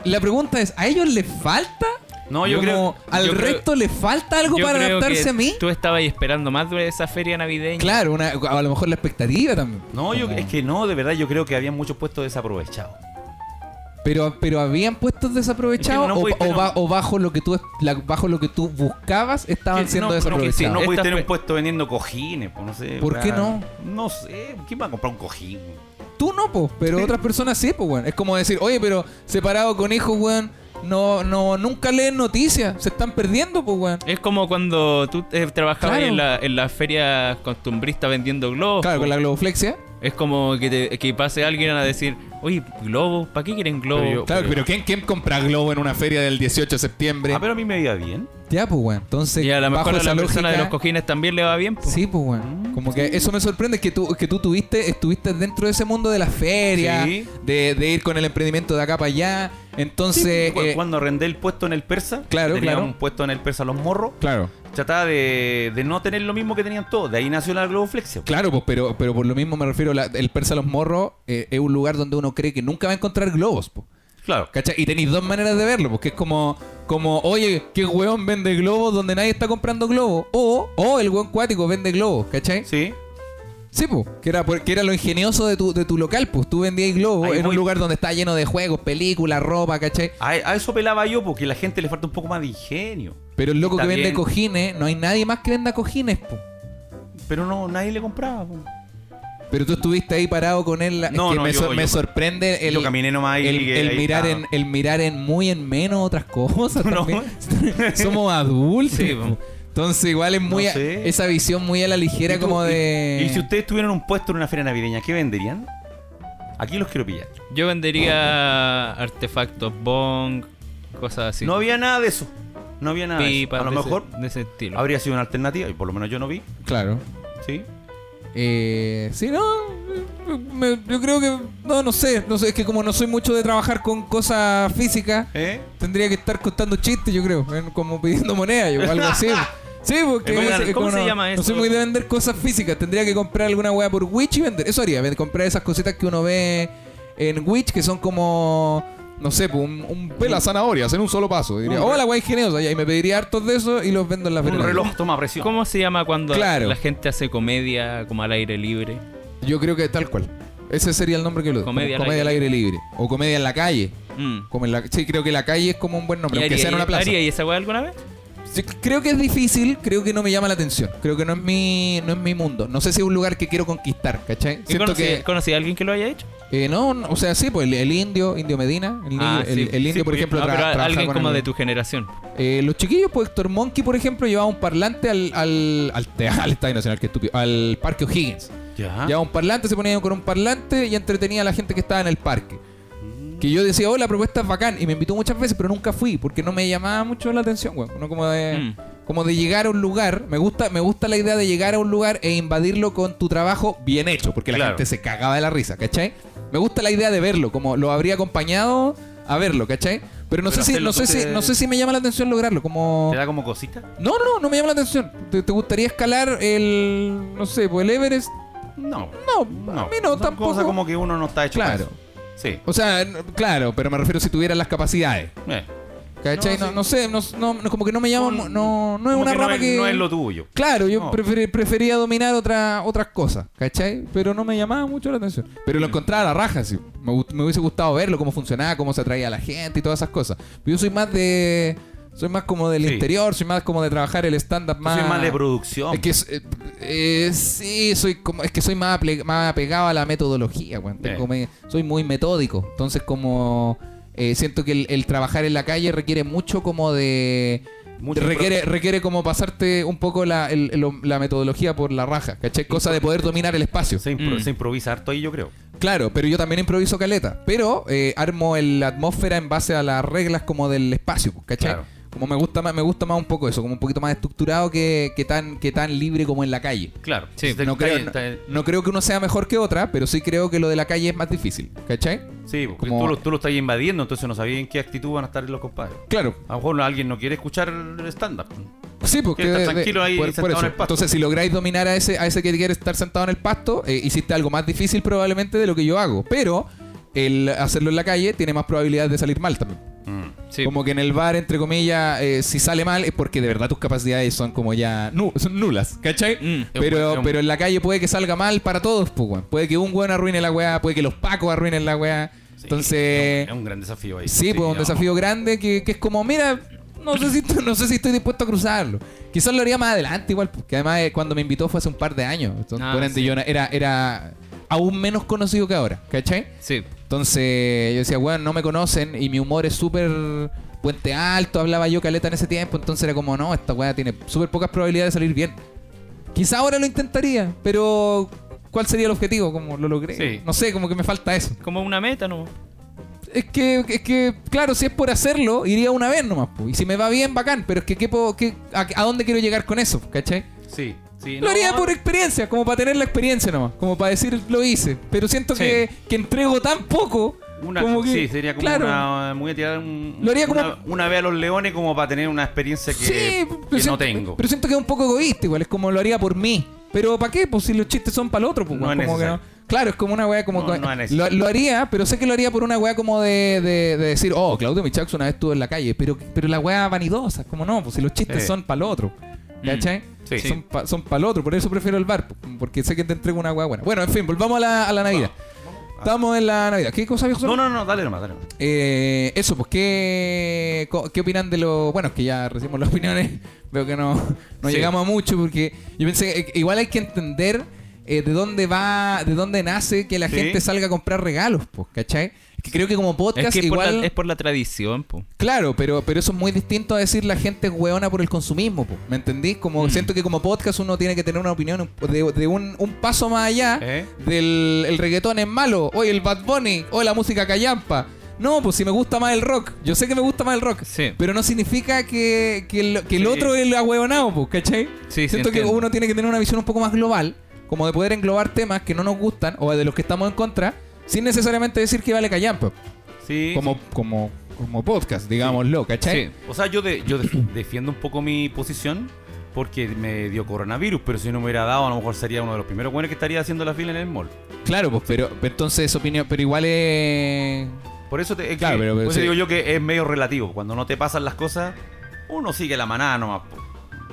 C: la pregunta es, ¿a ellos les falta?
E: No, yo
C: Como,
E: creo-
C: ¿Al
B: yo creo-
C: resto les falta algo
B: Yo
C: para
B: creo que
C: adaptarse a mí?
B: Tú estabas esperando más de esa feria navideña.
C: Claro, una- a lo mejor la expectativa también.
E: No, yo,
C: Como-
E: es que no, de verdad, yo creo que había muchos puestos desaprovechados.
C: Pero, pero habían puestos desaprovechados
E: Es que no
C: o-
E: podéis
C: o,
E: tener
C: ba-
E: un-
C: o bajo lo que tú es- la- bajo lo que tú buscabas estaban
E: Que
C: siendo
E: no, pero que si
C: desaprovechados.
E: no podéis
B: Estas
E: tener
B: pe-
E: un puesto vendiendo cojines, pues no sé.
C: ¿Por
E: weá.
C: qué no?
E: No sé, ¿quién va a comprar un cojín?
C: Tú no, po, pero otras personas sí, pues, weón. Es como decir, oye, pero separado con hijos, weón, no, no, nunca leen noticias, se están perdiendo, pues, weón.
B: Es como cuando tú eh, trabajabas
C: Claro.
B: en la, en la feria costumbrista vendiendo globos.
C: Claro, con la globoflexia.
B: Es como que, te- que pase alguien a decir, oye, globos, ¿para qué quieren globos?
C: Claro, pero ¿quién, ¿quién compra globo en una feria del 18 de septiembre?
E: Ah, pero a mí me iba bien.
C: Ya, pues, weón. Entonces,
B: Y a lo
C: bajo
B: mejor a la
C: esa
B: persona de
C: lógica-
B: los cojines también le va bien. po.
C: Sí, pues, weón. Como que eso me sorprende, que tú, que tú tuviste, estuviste dentro de ese mundo de la feria,
E: Sí.
C: de, de ir con el emprendimiento de acá para allá. Entonces,
E: Cu-
C: eh,
E: Cuando arrendé el puesto en el Persa,
C: Claro,
E: tenía
C: claro.
E: un puesto en el Persa Los Morros,
C: claro,
E: trataba de, de no tener lo mismo que tenían todos. De ahí nació la Globoflexia.
C: claro, pues, pero, pero por lo mismo me refiero, la- el Persa Los Morros eh, es un lugar donde uno cree que nunca va a encontrar globos, po.
E: Claro.
C: ¿Cachai? Y tenéis dos maneras de verlo, porque es como, como oye, qué weón vende globos donde nadie está comprando globos. O, o el weón cuático vende globos, ¿cachai?
E: Sí.
C: Sí, pues, que era, por- que era lo ingenioso de tu, de tu local, pues tú vendías globos
E: Ahí
C: en un
E: voy.
C: lugar donde está lleno de juegos, películas, ropa, ¿cachai?
E: A, a eso pelaba yo, porque a la gente le falta un poco más de ingenio.
C: Pero el loco
E: Está
C: que vende
E: bien.
C: cojines, no hay nadie más que venda cojines, pues.
E: Pero no, nadie le compraba. pues. po.
C: Pero tú estuviste ahí parado con él. es
E: No,
C: que
E: no,
C: me,
E: yo-
C: sor- me
E: yo-
C: sorprende el,
E: yo caminé nomás ahí,
C: el,
E: que
C: el
E: ahí
C: mirar
E: estaba.
C: en, el mirar en muy en menos otras cosas.
E: No.
C: también. Somos adultos.
B: Sí,
C: po.
B: po.
C: Entonces igual es muy a-
E: sé.
C: esa visión muy a la ligera
E: Y tú-
C: como
E: y-
C: de...
E: Y, si ustedes tuvieran un puesto en una feria navideña, ¿qué venderían? Aquí los quiero pillar.
B: Yo vendería artefactos bong, cosas así.
E: No había nada de eso. No había nada
B: Pipas,
E: de eso. A
B: de
E: lo
B: ese-
E: mejor
B: de ese estilo.
E: habría sido una alternativa, y por lo menos yo no vi.
C: Claro.
E: Sí.
C: Eh, sí, no. me- yo creo que... No, no sé. No sé. Es que como no soy mucho de trabajar con cosas físicas,
E: ¿Eh?
C: tendría que estar contando chistes, yo creo. en- Como pidiendo moneda yo, o algo así. Sí, porque
B: ¿Cómo
C: es-
B: se-
C: es
B: cómo
C: como
B: se
C: no-
B: llama
C: No
B: eso?
C: soy muy de vender cosas físicas. Tendría que comprar alguna weá por Witch y vender. Eso haría, ven- comprar esas cositas que uno ve en Witch que son como. No sé, pues, un, un pela zanahorias en un solo paso. Y Diría, hola, weá ingeniosa. Y me pediría hartos de esos y los vendo en la feria.
E: Un reloj toma presión.
B: ¿Cómo se llama cuando
C: Claro.
B: la gente hace comedia como al aire libre?
C: Yo creo que tal cual. Ese sería el nombre que lo doy.
B: Comedia
C: Como
B: al
C: comedia al
B: aire
C: aire libre. O comedia en la calle.
B: Mm.
C: Como en la, sí, creo que la calle es como un buen nombre,
B: ¿Y
C: aunque sea en una plaza.
B: haría esa weá alguna vez?
C: Sí, creo que es difícil, creo que no me llama la atención. Creo que no es mi, no es mi mundo. No sé si es un lugar que quiero conquistar, ¿cachai?
B: ¿Y
C: Siento
B: conocí,
C: que.
B: conocí a alguien que lo haya hecho?
C: eh, no, no, o sea, sí, pues el, el indio, indio Medina, el,
B: Ah,
C: indio- el-
B: sí.
C: el indio,
E: Sí,
C: por
E: porque-
C: ejemplo,
B: No,
C: tra-
B: pero a-
C: trabaja
B: alguien
C: con
B: como
C: el-
B: de tu generación.
C: Eh, los chiquillos, pues Héctor Monkey, por ejemplo, llevaba un parlante al, al, al, te- al Estadio Nacional, que estúpido, al Parque O'Higgins.
E: Ya.
C: Llevaba un parlante, se ponía con un parlante y entretenía a la gente que estaba en el parque.
E: Mm.
C: Que yo decía, oh, la propuesta es bacán. Y me invitó muchas veces, pero nunca fui, porque no me llamaba mucho la atención, weón. Uno como de.
B: Mm.
C: Como de llegar a un lugar. Me gusta, me gusta la idea de llegar a un lugar e invadirlo con tu trabajo bien hecho. Porque la
E: Claro.
C: gente se cagaba de la risa, ¿cachai? Me gusta la idea de verlo, como lo habría acompañado a verlo, ¿cachai? Pero no
E: Pero
C: sé si,
E: hacerlo
C: no sé
E: tú
C: si,
E: te-
C: no sé si me llama la atención lograrlo, como.
E: ¿Te da como cosita?
C: No, no, no me llama la atención. ¿Te, te gustaría escalar el. no sé, pues el Everest?
E: No.
C: No, a mí no,
E: Son
C: tampoco.
E: cosas como que uno no está hecho para
C: Claro.
E: eso. Sí.
C: O sea, n- claro, pero me refiero si tuvieran las capacidades.
E: Eh.
C: ¿Cachai? No,
E: No, sí.
C: no sé, no, no- no- como que no me llama. mu-
E: Un-
C: No, no es
E: como
C: una
E: que
C: rama
E: es-
C: que.
E: No es lo tuyo.
C: Claro, yo
E: No.
C: prefer- prefería dominar otra, otras cosas, ¿cachai? Pero no me llamaba mucho la atención. Pero
E: Mm.
C: lo encontraba a la raja, sí. Me, gust- me hubiese gustado verlo, cómo funcionaba, cómo se atraía a la gente y todas esas cosas. Pero yo soy más de. Soy más como del
E: Sí.
C: interior, soy más como de trabajar el stand-up
E: Yo
C: más.
E: soy más de producción.
C: Ah. Es que es- eh, eh, sí, soy como, es que soy más, aple- más apegado a la metodología, weón. Tengo
E: Eh.
C: me- soy muy metódico. Entonces, como eh, siento que el, el trabajar en la calle requiere mucho como de
E: Mucho
C: requiere, requiere como pasarte un poco la, el- el- la metodología por la raja, ¿cachai? Cosa de poder dominar el espacio.
E: Se, impro-
B: Mm.
E: se improvisa harto ahí, yo creo.
C: Claro, pero yo también improviso caleta. Pero eh, armo el- la atmósfera en base a las reglas como del espacio, pues, ¿cachai?
E: Claro.
C: Como me gusta más, me gusta más un poco eso, como un poquito más estructurado que, que tan, que tan libre como en la calle.
E: Claro.
B: Sí,
E: Está-
C: No
E: está
C: creo,
E: bien, está bien.
C: no creo que uno sea mejor que otra, pero sí creo que lo de la calle es más difícil, ¿cachai?
E: Sí, pues, porque
C: como-
E: tú, lo, tú lo estás invadiendo, entonces no sabías en qué actitud van a estar los compadres.
C: Claro.
E: A lo mejor alguien no quiere escuchar el stand-up.
C: Sí, porque
E: Quiere estar tranquilo ahí sentado en el pasto.
C: Entonces, si lográis dominar a ese, a ese que quiere estar sentado en el pasto, eh, hiciste algo más difícil probablemente de lo que yo hago. Pero el hacerlo en la calle tiene más probabilidad de salir mal también.
B: Sí.
C: Como que en el bar, entre comillas, eh, si sale mal es porque de verdad tus capacidades son como ya nu- son nulas, ¿cachai?
B: Mm.
E: Es
C: Pero,
E: un-
C: pero en la calle puede que salga mal para todos, pues, weón. Puede que un weón arruine la weá, puede que los pacos arruinen la weá. Entonces,
E: Es un gran desafío ahí.
C: sí, pues un
E: no.
C: desafío grande que, que es como, mira, no sé, si, no sé si estoy dispuesto a cruzarlo. Quizás lo haría más adelante igual, porque además eh, cuando me invitó fue hace un par de años. Entonces,
B: Ah,
C: por ende,
B: sí.
C: yo na- era, era aún menos conocido que ahora, ¿cachai?
B: Sí.
C: Entonces yo decía, weón, no me conocen y mi humor es súper puente alto, hablaba yo caleta en ese tiempo, entonces era como, no, esta weá tiene súper pocas probabilidades de salir bien. Quizá ahora lo intentaría, pero ¿cuál sería el objetivo? Como lo logré.
E: Sí.
C: No sé, como que me falta eso.
B: Como una meta, ¿no?
C: Es que, es que, claro, si es por hacerlo, iría una vez nomás. po. Y si me va bien, bacán, pero es que, ¿qué puedo- qué- a, a dónde quiero llegar con eso? ¿Cachai?
E: Sí, sí.
C: Lo
E: no,
C: haría por experiencia, como para tener la experiencia nomás, como para decir lo hice. Pero siento
B: Sí.
C: que, que entrego tan poco.
E: Una,
C: como que-
E: sí, sería como
C: claro.
E: una. Muy a tirar un,
C: Lo haría como-
E: una, una vez a los leones como para tener una experiencia que,
C: Sí,
E: que
C: pero
E: no
C: siento-
E: tengo.
C: Pero siento que es un poco egoísta, igual, es como lo haría por mí. Pero ¿para qué? Pues si los chistes son para el otro, pues
E: No
C: weón,
E: es
C: como que no.
E: necesario.
C: Claro, es como una weá como.
E: No,
C: co-
E: no es necesario.
C: lo, lo haría, pero sé que lo haría por una weá como de, de- de decir, oh, Claudio Michax una vez estuvo en la calle, pero, pero la weá vanidosa, es como no, pues si los chistes
E: Sí. Mm,
C: son para el otro. ¿Cachai?
E: Sí.
C: Son para el otro, por eso prefiero el bar, pues, porque sé que te entrego una weá buena. Bueno, en fin, volvamos a la, a la Navidad. Estamos en la Navidad. ¿Qué cosa, viejo?
E: No, no, no, dale nomás, dale nomás.
C: Eh, eso, pues, ¿qué, co- qué opinan de lo...? Bueno, es que ya recibimos las opiniones. Veo que no, no
E: Sí.
C: llegamos a mucho porque yo pensé que eh, igual hay que entender eh, de dónde va, de dónde nace que la
E: Sí.
C: gente salga a comprar regalos, pues, ¿cachai? Es que creo que como podcast
B: Es que es por
C: igual...
B: la- es por la tradición, po.
C: Claro, pero, pero eso es muy distinto a decir la gente es hueona por el consumismo, po. ¿me entendís?
B: Mm.
C: Como siento que como podcast uno tiene que tener una opinión un- de, de un, un paso más allá
E: ¿Eh?
C: del el reggaetón es malo, hoy el Bad Bunny, hoy la música callampa. No, pues si me gusta más el rock, yo sé que me gusta más el rock,
B: Sí.
C: pero no significa que, que el, que el
E: Sí.
C: otro es el ahueonado, po, ¿cachai?
B: Sí, sí,
C: siento que
B: entiendo.
C: uno tiene que tener una visión un poco más global, como de poder englobar temas que no nos gustan o de los que estamos en contra, sin necesariamente decir que vale callampa
E: Sí.
C: como, como, como podcast, digámoslo, ¿cachai?
B: Sí.
E: O sea, yo, de- yo de- defiendo un poco mi posición porque me dio coronavirus, pero si no me hubiera dado, a lo mejor sería uno de los primeros buenos que estaría haciendo la fila en el mall.
C: Claro, pues, pero, pero entonces opinión, pero igual es.
E: Por eso te, es
C: Claro,
E: que-
C: pero- pero
E: por
C: sí.
E: eso digo yo que es medio relativo. Cuando no te pasan las cosas, uno sigue la manada nomás. po.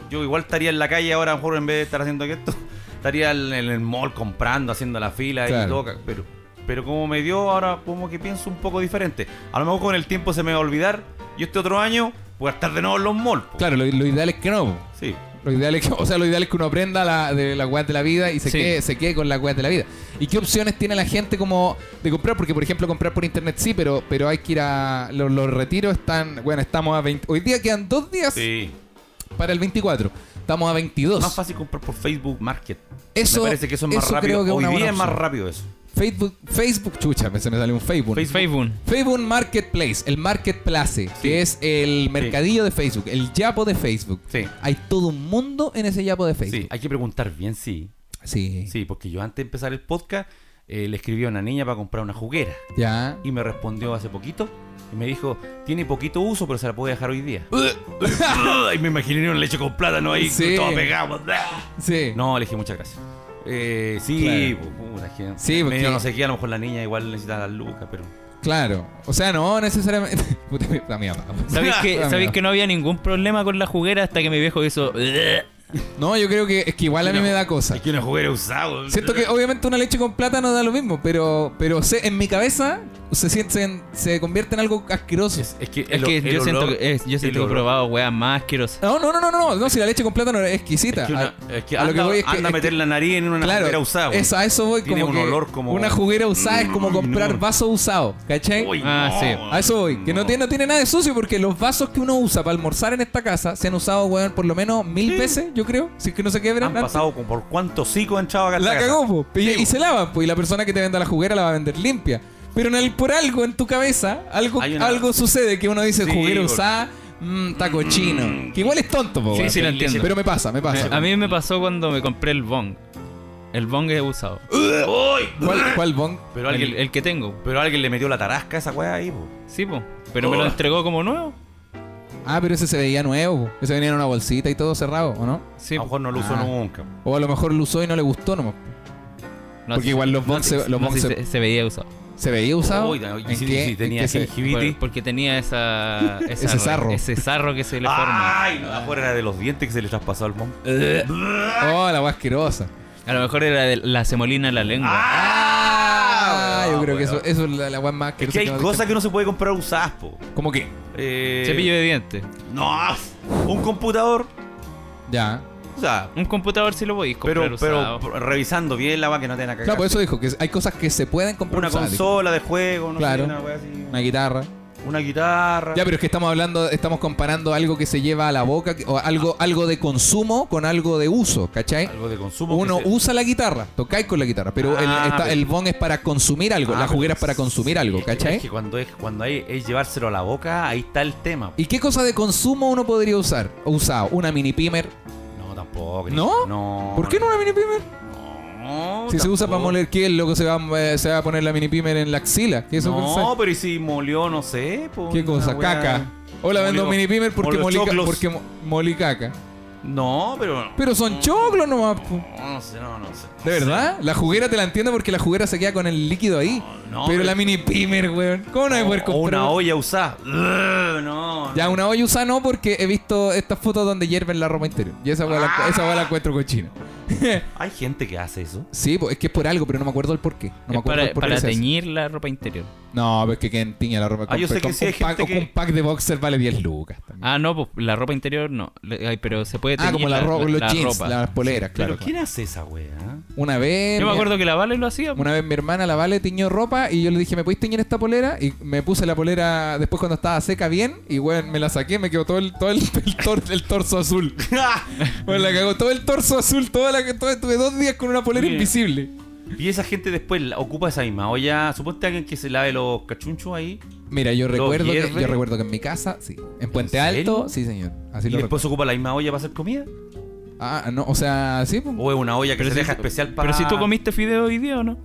E: Yo igual estaría en la calle ahora, a lo mejor en vez de estar haciendo esto, estaría en en el mall comprando, haciendo la fila y
C: Claro.
E: todo. ca- Pero, pero como me dio, ahora como que pienso un poco diferente. A lo mejor con el tiempo se me va a olvidar y este otro año voy a estar de nuevo en los malls. po.
C: Claro, lo, lo ideal es que no. po.
E: Sí.
C: Lo ideal es que, o sea, lo ideal es que uno aprenda la- de las weas de la vida y se,
B: Sí.
C: quede, se quede con las weas de la vida. ¿Y qué opciones tiene la gente como de comprar? Porque, por ejemplo, comprar por internet sí, pero, pero hay que ir a. Los, los retiros están. Bueno, estamos a 20. Hoy día quedan dos días
E: Sí.
C: para el 24. Estamos a 22.
E: Más fácil comprar por Facebook Market.
C: Eso-
E: me parece que eso es más
C: eso
E: rápido.
C: creo que es
E: Hoy
C: una
E: día
C: buena
E: es más
C: opción.
E: rápido eso.
C: Facebook, Facebook, chucha, me- se me sale un Facebook.
E: Facebook.
B: Facebook.
C: Facebook Marketplace, el Marketplace, que es el mercadillo de Facebook, el yapo de Facebook.
E: Sí.
C: Hay todo un mundo en ese yapo de
E: Sí,
C: Facebook.
E: hay que preguntar bien, sí.
C: Sí.
E: Sí, porque yo antes de empezar el podcast eh, le escribí a una niña para comprar una juguera
C: Ya.
E: y me respondió hace poquito y me dijo, tiene poquito uso, pero se la puede dejar hoy día. y me imaginé un leche con plátano ahí,
C: Sí.
E: todo pegado.
C: Sí.
E: No, le dije muchas gracias. Eh, sí, pu- puta, es que
C: Sí,
E: medio
C: porque-
E: no sé qué, a lo mejor la niña igual necesita las lucas, pero...
C: Claro. O sea, no necesariamente. Puta, mi- la mía,
B: ¿Sabéis que,
C: Ah,
B: sabéis
C: mira.
B: que no había ningún problema con la juguera hasta que mi viejo hizo...
C: No, yo creo que es que igual a mí me da cosa.
E: Es que una juguera usado.
C: Siento que obviamente una leche con plátano da lo mismo, pero, pero sé- en mi cabeza se, sienten, se convierte en algo asqueroso.
E: Es, es que,
B: Es
E: el-
B: que
E: el
B: yo siento
E: olor-
B: que, es- yo
E: el
B: siento que he
E: olor.
B: probado weas más asquerosas.
C: No, no, no, no, no, no, si la leche con plátano es
E: Es
C: exquisita. Ah,
E: que una- es que
C: a lo que
E: anda-
C: voy es que-
E: anda a
C: es
E: meter
C: que-
E: la nariz en una juguera
C: Claro,
E: usada. pues.
C: eso, a eso voy.
E: Tiene
C: como
E: un
C: que
E: olor como-
C: Una juguera usada es como comprar vasos usados, ¿cachai?
E: Uy,
B: Ah,
E: no,
B: sí.
C: A eso voy, que no, tiene, no tiene nada de sucio porque los vasos que uno usa para almorzar en esta casa se han usado, weón, por lo menos mil veces, yo creo, si es que no se quebran.
E: Han
C: antes.
E: pasado con- por cuántos hocico han echado acá. en
C: La
E: esta casa.
C: cagó, po. Y, y se lavan, po. Y la persona que te venda la juguera la va a vender limpia. Pero en el, por algo en tu cabeza, algo,
E: Hay una-
C: algo sucede que uno dice
E: Sí, Mm,
C: juguera
E: porque-
C: usada, mmm, taco chino. Que igual es tonto, po.
B: Sí,
C: weón.
B: sí, lo entiendo.
C: Pero me pasa, me pasa.
B: Me- a mí me pasó cuando me compré el bong. El bong es usado.
C: ¿Cuál, cuál bong?
E: Pero alguien,
B: el, el que tengo.
E: pero alguien le metió la tarasca a esa weá ahí, po.
B: Sí, po. Pero me
C: Oh.
B: lo entregó como nuevo.
C: Ah, pero ese se veía nuevo. po. Ese venía en una bolsita y todo cerrado, ¿o no?
B: Sí,
E: a lo
B: po.
E: mejor no lo usó
C: Ah.
E: nunca.
C: O a lo mejor lo usó y no le gustó nomás.
B: No
C: porque
B: sé-
C: igual los
B: no
C: bongs se-
B: sé-
C: los
B: no
C: bongs
B: sé
C: se-
B: si se veía usado.
C: ¿Se veía usado?
E: Uy,
C: ¿En
E: y si,
C: qué-
E: si
C: en
E: tenía
C: qué se-
E: gingivitis.
B: Por- porque tenía esa, esa
C: Ese sarro. Ah.
B: Ese sarro que se le forma.
E: Ay, no, afuera era de los dientes que se le traspasó al mon.
C: Oh, la guasquerosa.
B: A lo mejor era de la semolina en la lengua.
C: Ah, yo
E: weón,
C: creo que
E: weón.
C: eso, eso es la, la guas más
E: Es que hay cosas que no se puede comprar usadas, po.
C: Como que.
E: Eh,
B: Cepillo de dientes.
E: No, un computador.
C: Ya.
E: O sea,
B: Un computador sí lo podéis comprar
E: pero, pero
B: usado.
E: pr- revisando bien la weá que no tenga que
C: Claro, pues, por eso dijo que hay cosas que se pueden comprar
E: Una
C: usadas, dijo.
E: consola de juego, no
C: Claro.
E: sé, una weá así.
C: Una guitarra.
E: Una guitarra.
C: Ya, pero es que estamos hablando, estamos comparando algo que se lleva a la boca, que- o algo, algo de consumo con algo de uso, ¿cachai?
E: Algo de consumo. que
C: Uno
E: se-
C: usa la guitarra, tocáis con la guitarra, pero el,
E: Ah,
C: está-
E: pero-
C: el bong es para consumir algo,
E: Ah,
C: la
E: pero
C: juguera es para consumir algo,
E: Es que-
C: ¿cachai?
E: Es que cuando, es, cuando hay, es llevárselo a la boca, ahí está el tema.
C: ¿Y qué cosa de consumo uno podría usar? O Usado, una mini pimer.
E: No, tampoco.
C: ¿No?
E: No.
C: ¿Por qué no una mini pimer?
E: No,
C: Si se usa para
E: tampoco.
C: moler ¿qué? el loco se va, eh, se va a poner la mini pimer en la axila. ¿Qué, eso
E: No, pero y si molió, no sé. po,
C: ¿Qué
E: una
C: cosa?
E: weá.
C: Caca. Hola, vendo
E: Molió-
C: mini pimer porque
E: molió
C: molí, ca-
E: choclos.
C: porque mo- molí caca.
E: No, pero.
C: Pero son choclos nomás. po.
E: No, no sé, no, no sé.
C: ¿De verdad? La juguera te la entiendo porque la juguera se queda con el líquido ahí.
E: No, no,
C: pero
E: pero-
C: la mini pimer, weón. ¿Cómo no hay poder
E: O
C: comprar?
E: una olla usada. Ugh, No, no.
C: Ya, una olla usada no porque he visto estas fotos donde hierven la ropa interior. Y esa
E: Ah.
C: weá la, esa weá la encuentro cochina.
E: Hay gente que hace eso.
C: Sí, po, es que es por algo, pero no me acuerdo el porqué. No me
B: Es
C: acuerdo el
B: para,
C: porqué
B: para
C: se hace.
B: teñir la ropa interior.
C: No, pero es que quien tiña la ropa.
E: Ah, yo
C: con-
E: sé que
C: con-
E: sí hay
C: un pack,
E: gente que-
C: o con un pack de boxer vale 10 lucas. también.
B: Ah, no, pues la ropa interior no. Le- ay, pero se puede teñir
C: Ah, como la, ropa, los
B: la
C: jeans,
B: ropa.
C: las poleras, claro.
E: pero ¿quién hace esa weá?
C: Una vez.
B: Yo me
C: mi-
B: acuerdo que la Vale lo hacía.
C: Una vez mi hermana, la Vale, tiñó ropa y yo le dije, ¿me podéis teñir esta polera? Y me puse la polera después cuando estaba seca bien y, weón, me la saqué, me quedó todo el, todo el, el tor- el torso azul. Bueno, la cagó todo el torso azul, toda la, todo, tuve dos días con una polera
E: Bien.
C: invisible.
E: Y esa gente después la- ocupa esa misma olla. Suponte alguien que se lave los cachunchos ahí.
C: Mira, yo recuerdo, que,
E: hierve?
C: yo recuerdo que en mi casa, sí. En Puente
E: serio?
C: Alto, sí, señor. Así
E: y
C: lo
E: después ocupa la misma olla para hacer comida.
C: recuerdo. Ah, no, o sea, sí. pues.
E: O es una olla que
B: Pero
E: se
B: si
E: deja
B: tú-
E: especial para.
B: Pero si tú comiste fideo hoy día o no.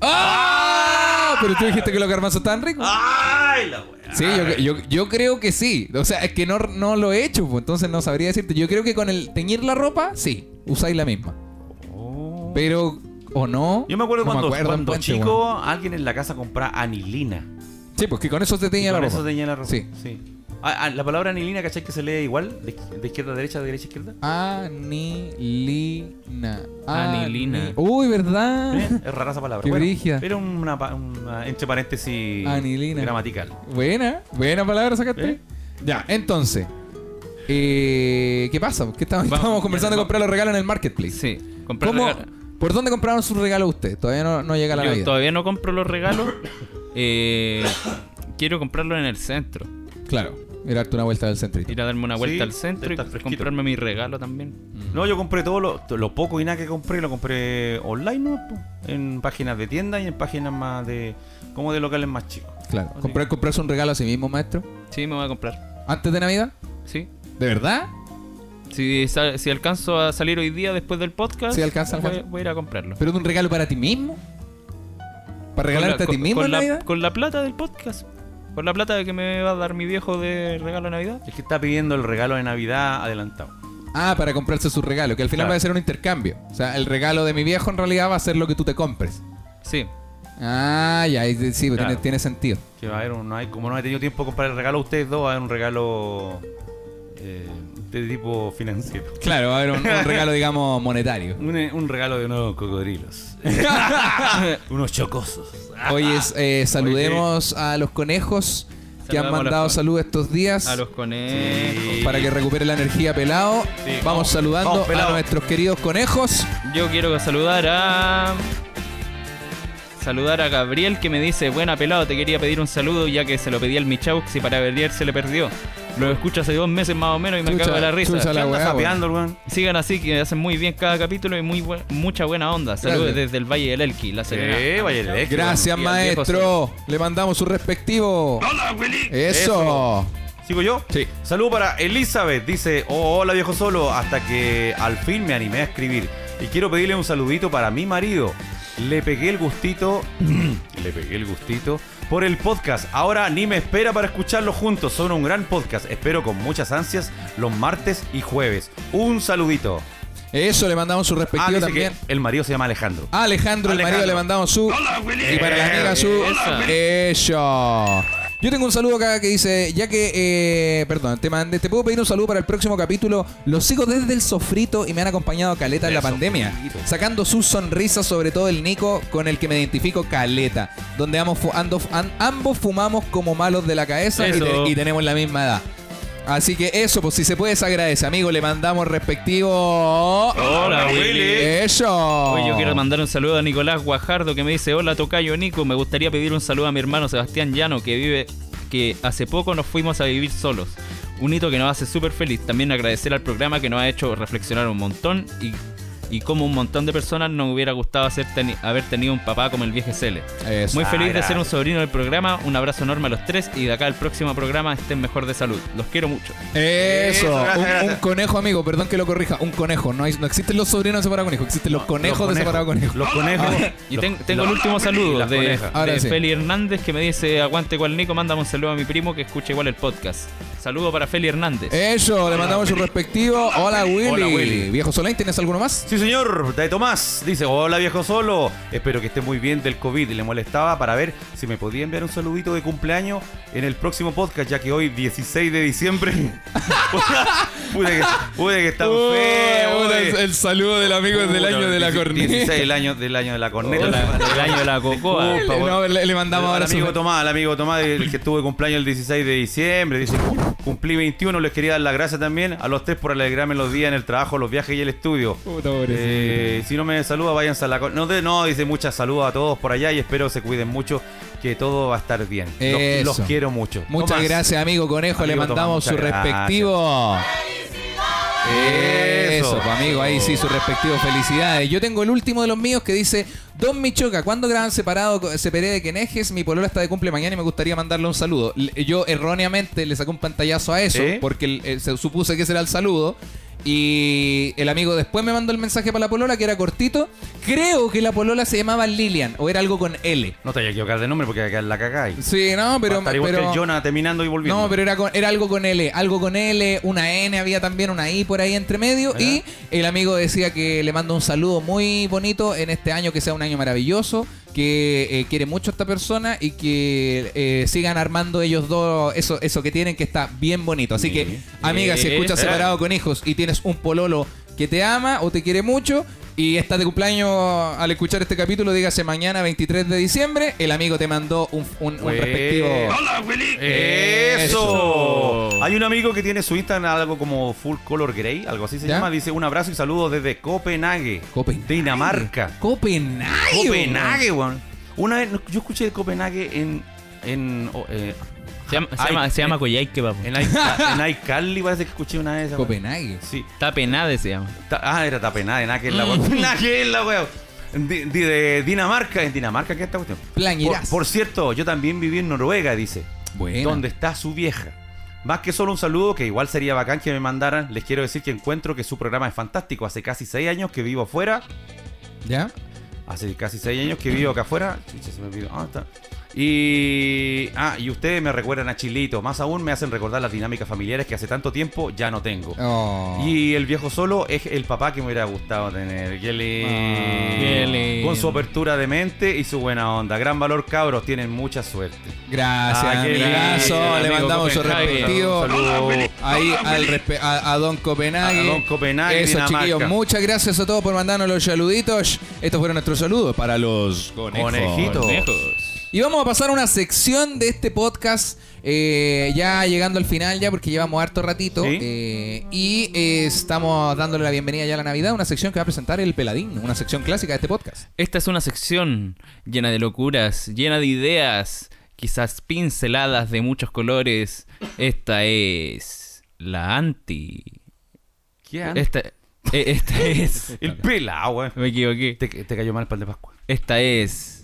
C: ¡Ah! Pero tú dijiste que los garbanzos estaban ricos.
E: ¡Ay, la weá!
C: Sí, yo, yo- yo creo que sí. O sea, es que no, no lo he hecho, pues, entonces no sabría decirte. Yo creo que con el teñir la ropa, sí, usáis la misma.
E: Oh.
C: Pero, ¿o no?
E: Yo me acuerdo
C: No
E: cuando,
C: acuerdo en
E: cuando
C: Puente,
E: chico
C: weón.
E: alguien en la casa compraba anilina.
C: Sí, pues que con eso te
E: Y
C: teñía la
E: con
C: ropa.
E: eso teñía la ropa.
C: Sí.
E: Ah, ah, la palabra anilina, ¿cachai? Que se lee igual, de, de izquierda a derecha, de derecha a izquierda.
C: Anilina.
B: Anilina.
C: Ani- Uy,
E: Eh,
C: ¿verdad?
E: Es rara esa palabra.
C: Ah. Qué brígida.
E: Era una, pa- una- entre paréntesis
C: Anilina.
E: gramatical.
C: buena, buena palabra sacaste.
E: ¿Eh?
C: Ya, entonces. eh, ¿Qué pasa? ¿Qué estábamos,
B: Vamos,
C: estábamos conversando de
B: vamos.
C: comprar los regalos en el marketplace?
B: Sí. Compré
C: ¿Cómo,
B: regalo.
C: ¿Por dónde compraron sus regalos ustedes? Todavía no, no llega la
B: Yo
C: Navidad.
B: todavía no compro los regalos. Eh, quiero comprarlos en el centro.
C: Claro, ir a darte una vuelta del centrito.
B: Ir a darme una vuelta
E: Sí,
B: al centro y
E: está fresquito.
B: comprarme mi regalo
C: Mm.
B: también.
E: No, yo compré todo lo, to- lo poco y nada que compré, lo compré online, ¿no? Po, En páginas de tiendas y en páginas más de. como de locales más chicos.
C: Claro. Comprar, comprarse un regalo a sí mismo, maestro.
B: Sí, me voy a comprar.
C: Antes de Navidad.
B: Sí.
C: ¿De verdad?
B: Si, sal- si alcanzo a salir hoy día después del podcast,
C: Sí, alcanza,
B: voy,
C: alcanza.
B: voy a ir a comprarlo.
C: ¿Pero de un regalo para ti mismo? ¿Para
B: Con la-
C: regalarte a ti
B: con-
C: mismo
B: con
C: en
B: la,
C: Navidad?
B: Con la plata del podcast. Con la plata que me va a dar mi viejo de regalo de Navidad.
E: Es que está pidiendo el regalo de Navidad adelantado.
C: Ah, para comprarse su regalo, que al final
E: Claro.
C: va a ser un intercambio. O sea, el regalo de mi viejo en realidad va a ser lo que tú te compres.
B: Sí.
C: Ah, ya, ahí sí,
E: Claro.
C: tiene, tiene sentido.
E: Que va a haber un. no hay- como no he tenido tiempo de comprar el regalo a ustedes dos, va a haber un regalo. eh, de tipo financiero.
C: Claro, va a haber un, un regalo, digamos, monetario.
E: Un, un regalo de unos cocodrilos. unos chocosos.
C: Oye, es- eh, saludemos a los conejos que han
B: Saludamos a
C: mandado
B: los-
C: salud estos días.
B: A los conejos.
C: Para que recupere la energía pelado. vamos, saludando
E: vamos, pelado.
C: a nuestros queridos conejos.
B: Yo quiero saludar a. Saludar a Gabriel que me dice, buena pelado, te quería pedir un saludo ya que se lo pedí al Michaux y para Gabriel se le perdió. Lo escucho hace dos meses más o menos y me
C: Chucha,
B: cago de la risa.
C: chucha la weá,
E: ¿Qué andas
C: weón.
E: sapeando, weón?
B: Sigan así que hacen muy bien cada capítulo y muy buen- mucha buena onda. Saludos
C: Gracias.
B: desde el Valle del Elqui, La Serena.
E: Eh, vaya el ex.
C: Gracias,
B: Y al viejo
C: maestro. Le mandamos su respectivo. ¡Hola, Willy! Eso.
E: ¿Sigo yo?
C: Sí.
E: Salud para Elizabeth. Dice, "Oh, hola viejo solo, hasta que al fin me animé a escribir. Y quiero pedirle un saludito para mi marido. Le pegué el gustito, le pegué el gustito por el podcast. Ahora ni me espera para escucharlo juntos. Son un gran podcast. Espero con muchas ansias los martes y jueves. Un saludito.
C: Eso le mandamos su
E: Ah,
C: respectivo
E: dice
C: también. Ah,
E: que el marido se llama Alejandro.
C: A Alejandro, el
E: Alejandro.
C: marido, le mandamos su. Y para la amiga su.
B: Esa.
C: Eso. Yo tengo un saludo acá que dice, ya que, eh, perdón, te mandé, te puedo pedir un saludo para el próximo capítulo. Los sigo desde el sofrito y me han acompañado Caleta en la pandemia. Sacando sus sonrisas, sobre todo el Nico, con el que me identifico Caleta. Donde ambos, fu- ando- an- ambos fumamos como malos de la cabeza y,
B: Eso.
C: te- y tenemos la misma edad. Así que eso, pues si se puede, se agradece, amigo. Le mandamos respectivo...
B: Hola, Willy.
C: Eso.
B: Hoy yo quiero mandar un saludo a Nicolás Guajardo que me dice, hola Tocayo Nico, me gustaría pedir un saludo a mi hermano Sebastián Llano que vive, que hace poco nos fuimos a vivir solos. Un hito que nos hace súper feliz. También agradecer al programa que nos ha hecho reflexionar un montón y, y como un montón de personas nos hubiera gustado hacer teni- haber tenido un papá como el viejo Cele.
C: Eso.
B: Muy feliz de
E: gracias.
B: ser un sobrino del programa, un abrazo enorme a los tres y de acá al próximo programa estén mejor de salud. Los quiero mucho.
C: Eso,
E: Eso, gracias,
C: un,
E: gracias.
C: un conejo, amigo, perdón que lo corrija. Un conejo, no, hay- no existen los sobrinos separados conejos, existen los conejos de separado conejo.
E: Los conejos.
B: Y
E: Los-
B: ten- tengo el
E: los-
B: último saludo
E: las
B: de,
E: conejas.
C: Ahora
B: de
C: sí.
B: Feli Hernández que me dice aguante cual Nico, mándame un saludo a mi primo que escucha igual el podcast. Saludo para Feli Hernández.
C: Eso, le mandamos su respectivo. Hola Willy.
E: Hola, Willy.
C: Viejo Solán, ¿tienes alguno más?
E: Sí, señor, de Tomás. Dice, hola viejo solo. Espero que esté muy bien del COVID. Le molestaba para ver si me podía enviar un saludito de cumpleaños en el próximo podcast, ya que hoy, 16 de diciembre. pude que, pude que está
C: Oh,
E: feo.
C: puta, el,
E: pude.
C: el saludo del amigo es del
E: Puta,
C: año de la
E: 16
C: corneta.
E: 16 del año, del año de la corneta.
B: Del del año de la cocoa.
C: Le- no, le, le mandamos
E: Al
C: ahora
E: amigo
C: su...
E: Tomás, al amigo Tomás, el que estuvo de cumpleaños el 16 de diciembre, dice, cumplí 21, les quería dar las gracias también a los tres por alegrarme los días en el trabajo, los viajes y el estudio.
C: Puta, pobrecito.
E: Eh, si no me saluda, váyanse a la... co- No, de- no, dice muchas saludos a todos por allá y espero se cuiden mucho, que todo va a estar bien. Los- Los,
C: Eso.
E: quiero mucho.
C: Muchas
E: Tomás.
C: gracias, amigo conejo. le
E: Amigo Tomás,
C: mandamos su
E: muchas gracias.
C: respectivo. Eso,
E: Eso.
C: pues, amigo, ahí sí, su respectivo felicidades. Yo tengo el último de los míos que dice, Don Michoca, ¿cuándo graban separado, co- separé de Quenejes? Mi polola está de cumple mañana y me gustaría mandarle un saludo. L- Yo erróneamente le saqué un pantallazo a eso,
E: ¿Sí?
C: porque el- eh, se supuse que ese era el saludo. Y el amigo después me mandó el mensaje para la polola, que era cortito. Creo que la polola se llamaba Lilian, o era algo con L.
E: No te vayas a equivocar de nombre porque acá la cagáis.
C: Sí, no,
E: Va a
C: pero...
E: estar igual que
C: pero-
E: el Jonah terminando y volviendo.
C: no, pero era, con- era algo con L, algo con L, una N, había también una I por ahí entre medio. Y el amigo decía que le manda un saludo muy bonito en este año, que sea un año maravilloso, que eh, quiere mucho a esta persona y que eh, sigan armando ellos dos eso, eso que tienen, que está bien bonito. Así que, amiga, si escuchas
B: Esa.
C: separado con hijos y tienes un pololo que te ama o te quiere mucho. Y estás de cumpleaños al escuchar este capítulo, dígase mañana 23 de diciembre, el amigo te mandó un, un- un
E: Bueno.
C: respectivo...
E: Eso.
B: Eso.
E: Hay un amigo que tiene su Instagram algo como Full Color Grey, algo así se
C: ¿Ya?
E: llama. Dice un abrazo y saludos desde Copenhague,
C: Copenhague.
E: Dinamarca.
C: Copenhague.
E: Copenhague, weón. Una vez no, yo escuché de Copenhague en en oh, eh,
B: Se llama, se
E: Ay,
B: llama, se llama
E: eh,
B: Coyhai Kebab.
E: en iCa- en iCarly parece que escuché una vez. esa weón.
C: Copenhague.
E: Sí.
B: Tapenade se llama.
E: Ta- ah, era Tapenade, nada que es la weón. Nada que es la weón. Di- di- de Dinamarca, en Dinamarca, ¿qué es esta cuestión?
C: Plañirás.
E: Por, por cierto, yo también viví en Noruega, dice.
C: Buena.
E: Donde está su vieja. Más que solo un saludo, que igual sería bacán que me mandaran, les quiero decir que encuentro que su programa es fantástico. Hace casi seis años que vivo afuera.
C: ¿Ya?
E: Hace casi seis años que vivo acá afuera. Chucha, se me olvidó. Ah, está. Y. Ah, y ustedes me recuerdan a Chilito. Más aún me hacen recordar las dinámicas familiares que hace tanto tiempo ya no tengo.
C: Oh.
E: Y el viejo solo es el papá que me hubiera gustado tener. Qué lindo.
C: Ah,
B: qué lindo.
E: Con su apertura de mente y su buena onda. Gran valor, cabros. Tienen mucha suerte.
C: Gracias,
E: Ah, qué
C: amigazo.
B: lindo,
C: Le
B: amigo
C: mandamos su
B: Copenhague.
C: respectivo.
E: Un saludo.
C: Ahí al respe- a, a Don Copenhague.
E: A Don Copenhague,
C: Eso,
E: Dinamarca.
C: chiquillos. Muchas gracias a todos por mandarnos los saluditos. Estos fueron nuestros saludos para los conejos.
E: Conejito.
B: Lejos.
C: Y vamos a pasar a una sección de este podcast, eh, ya llegando al final, ya porque llevamos harto ratito.
E: Sí.
C: eh, y eh, estamos dándole la bienvenida ya a la Navidad, una sección que va a presentar el Peladín, una sección clásica de este podcast.
B: Esta es una sección llena de locuras, llena de ideas, quizás pinceladas de muchos colores. Esta es la anti.
C: Este
E: ¿Quién?
B: Esta, e- esta es.
E: El pela, weón.
B: Me equivoqué.
E: Te, te cayó mal el pan de Pascua.
B: Esta es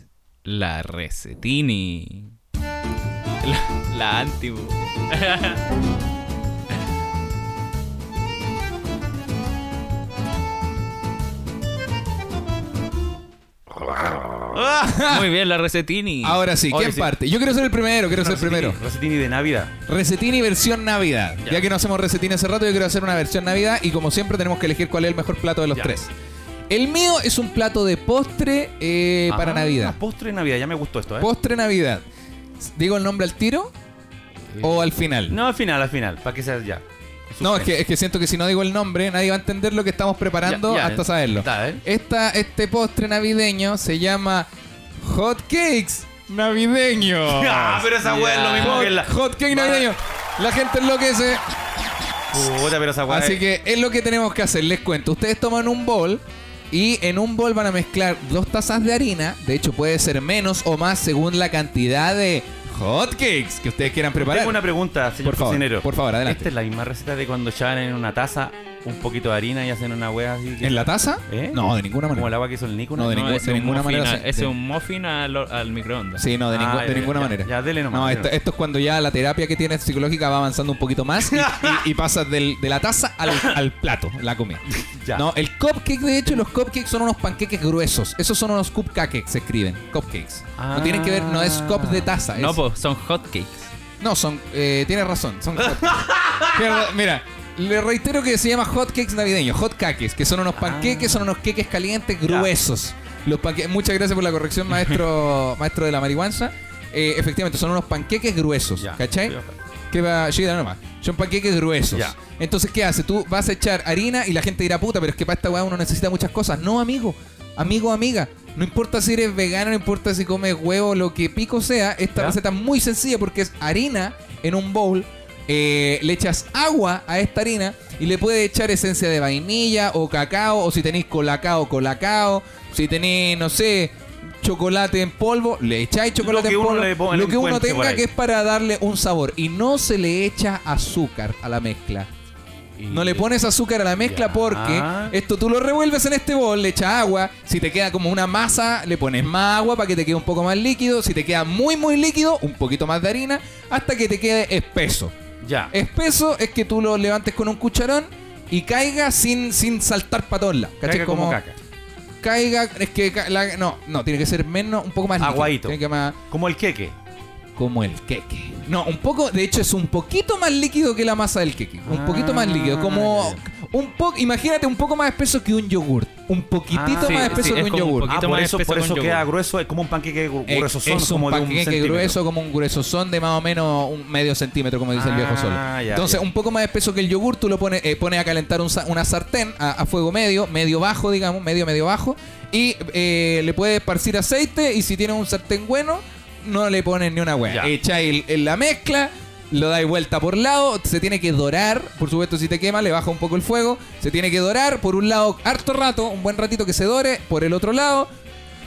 B: la recetini. La, la anti. po. Muy bien, la recetini.
C: Ahora sí,
E: Oye,
C: ¿quién
E: sí.
C: parte? Yo quiero ser el primero, quiero ser el primero.
E: Recetini de Navidad.
C: Recetini versión Navidad. Ya. que no hacemos recetini hace rato, yo quiero hacer una versión Navidad y como siempre tenemos que elegir cuál es el mejor plato de los
E: Ya.
C: tres. El mío es un plato de postre eh, para
E: Ah,
C: Navidad.
E: Postre de Navidad. Ya me gustó esto, ¿eh?
C: Postre Navidad. ¿Digo el nombre al tiro o al final?
E: No, al final, al final. Para que sea ya.
C: No, es que, es que siento que si no digo el nombre, nadie va a entender lo que estamos preparando
E: Ya, ya,
C: hasta saberlo.
E: está, ¿eh?
C: Esta, este postre navideño se llama Hot Cakes Navideño.
E: Ah, pero esa weá es lo mismo que la.
C: Oh, Hot Cake Navideño. La gente enloquece.
E: Puta, pero esa weá
C: Así
E: es-
C: que es lo que tenemos que hacer. Les cuento. Ustedes toman un bol y en un bol van a mezclar dos tazas de harina. De hecho, puede ser menos o más según la cantidad de hot cakes que ustedes quieran preparar.
E: Tengo una pregunta, señor
C: Por favor,
E: cocinero.
C: por favor, adelante.
E: Esta es la misma receta de cuando echaban en una taza un poquito de harina y hacen una weá así. que-
C: ¿En la taza?
E: ¿Eh?
C: No, de ninguna
E: Como el
C: manera.
E: agua que hizo el Nico.
C: No, de ninguna-
B: ese es un
C: ninguna
B: muffin
C: manera
B: a-
C: se-
B: ese
C: de-
B: es un muffin al, al microondas.
C: Sí, no, de,
E: Ah,
C: ningún- de
E: ya,
C: ninguna
E: ya,
C: manera.
E: ya, dele nomás,
C: No,
E: dele
C: esto,
E: nomás.
C: esto es cuando ya la terapia que tienes psicológica va avanzando un poquito más y, y- y pasas del- de la taza al, al plato, la comida.
E: Ya.
C: No, el cupcake, de hecho, los cupcakes son unos panqueques gruesos. Esos son unos cupcakes, se escriben. Cupcakes.
E: Ah.
C: No tienen que ver, no es cup de taza. es-
B: No, pues son hotcakes.
C: no, son. eh, tienes razón. Son hotcakes. Mira, mira, le reitero que se llama hotcakes navideños. Hotcakes, que son unos
E: Ah.
C: panqueques, son unos queques calientes gruesos. Los panque- Muchas gracias por la corrección, maestro maestro de la marihuana. Eh, efectivamente, son unos panqueques gruesos.
E: Ya.
C: ¿Cachai? Que va, sí, dale nomás. Son panqueques gruesos.
E: Ya.
C: Entonces, ¿qué hace? Tú vas a echar harina y la gente dirá, puta, pero es que para esta weá uno necesita muchas cosas. No, amigo. Amigo, amiga. No importa si eres vegano, no importa si comes huevo, lo que pico sea. Esta
E: Ya.
C: receta es muy sencilla porque es harina en un bowl. eh, le echas agua a esta harina y le puedes echar esencia de vainilla o cacao. O si tenéis colacao, colacao. Si tenéis, no sé, chocolate en polvo, le echáis chocolate
E: que
C: en
E: uno
C: polvo.
E: le pone-
C: lo que uno
E: encuentre por
C: tenga
E: ahí.
C: que es para darle un sabor. Y no se le echa azúcar a la mezcla. No le pones azúcar a la mezcla
E: Ya.
C: porque esto tú lo revuelves en este bol, le echas agua. Si te queda como una masa, le pones más agua para que te quede un poco más líquido. Si te queda muy, muy líquido, un poquito más de harina hasta que te quede espeso.
E: Ya.
C: Eh, Espeso es que tú lo levantes con un cucharón y caiga sin, sin saltar para todos lados. ¿Cachai?
E: Caca como, caca.
C: Caiga, es que ca- la- no, no, tiene que ser menos, un poco más líquido.
E: Aguadito.
C: Tiene que más
E: Como el queque.
C: como el queque. No, un poco, de hecho es un poquito más líquido que la masa del queque. Un poquito
E: Ah,
C: más líquido, como un poco, imagínate un poco más espeso que un yogurt, un poquitito
E: Ah, sí,
C: más espeso
B: sí,
C: que
B: es
C: un
B: como un
C: yogurt.
E: Ah,
B: poquito
E: por
B: más
E: eso,
B: espeso
E: por
B: con
E: eso
B: yogur.
E: queda grueso. Es como un panqueque gru-
C: Eh,
E: gruesozón.
C: es un
E: como de un
C: panqueque
E: centímetro.
C: grueso, como un gruesozón de más o menos un medio centímetro, como dice el viejo
E: Ah,
C: solo.
E: ya,
C: Entonces,
E: ya.
C: un poco más espeso que el yogur, tú lo pones, eh, pones a calentar un sa- una sartén a, a fuego medio, medio bajo, digamos, medio, medio bajo. Y eh, le puedes esparcir aceite. Y si tienes un sartén bueno, no le pones ni una hueá.
E: Ya.
C: Echáis el- el- la mezcla. Lo dais vuelta por lado, se tiene que dorar, por supuesto si te quema le baja un poco el fuego, se tiene que dorar, por un lado harto rato, un buen ratito que se dore, por el otro lado,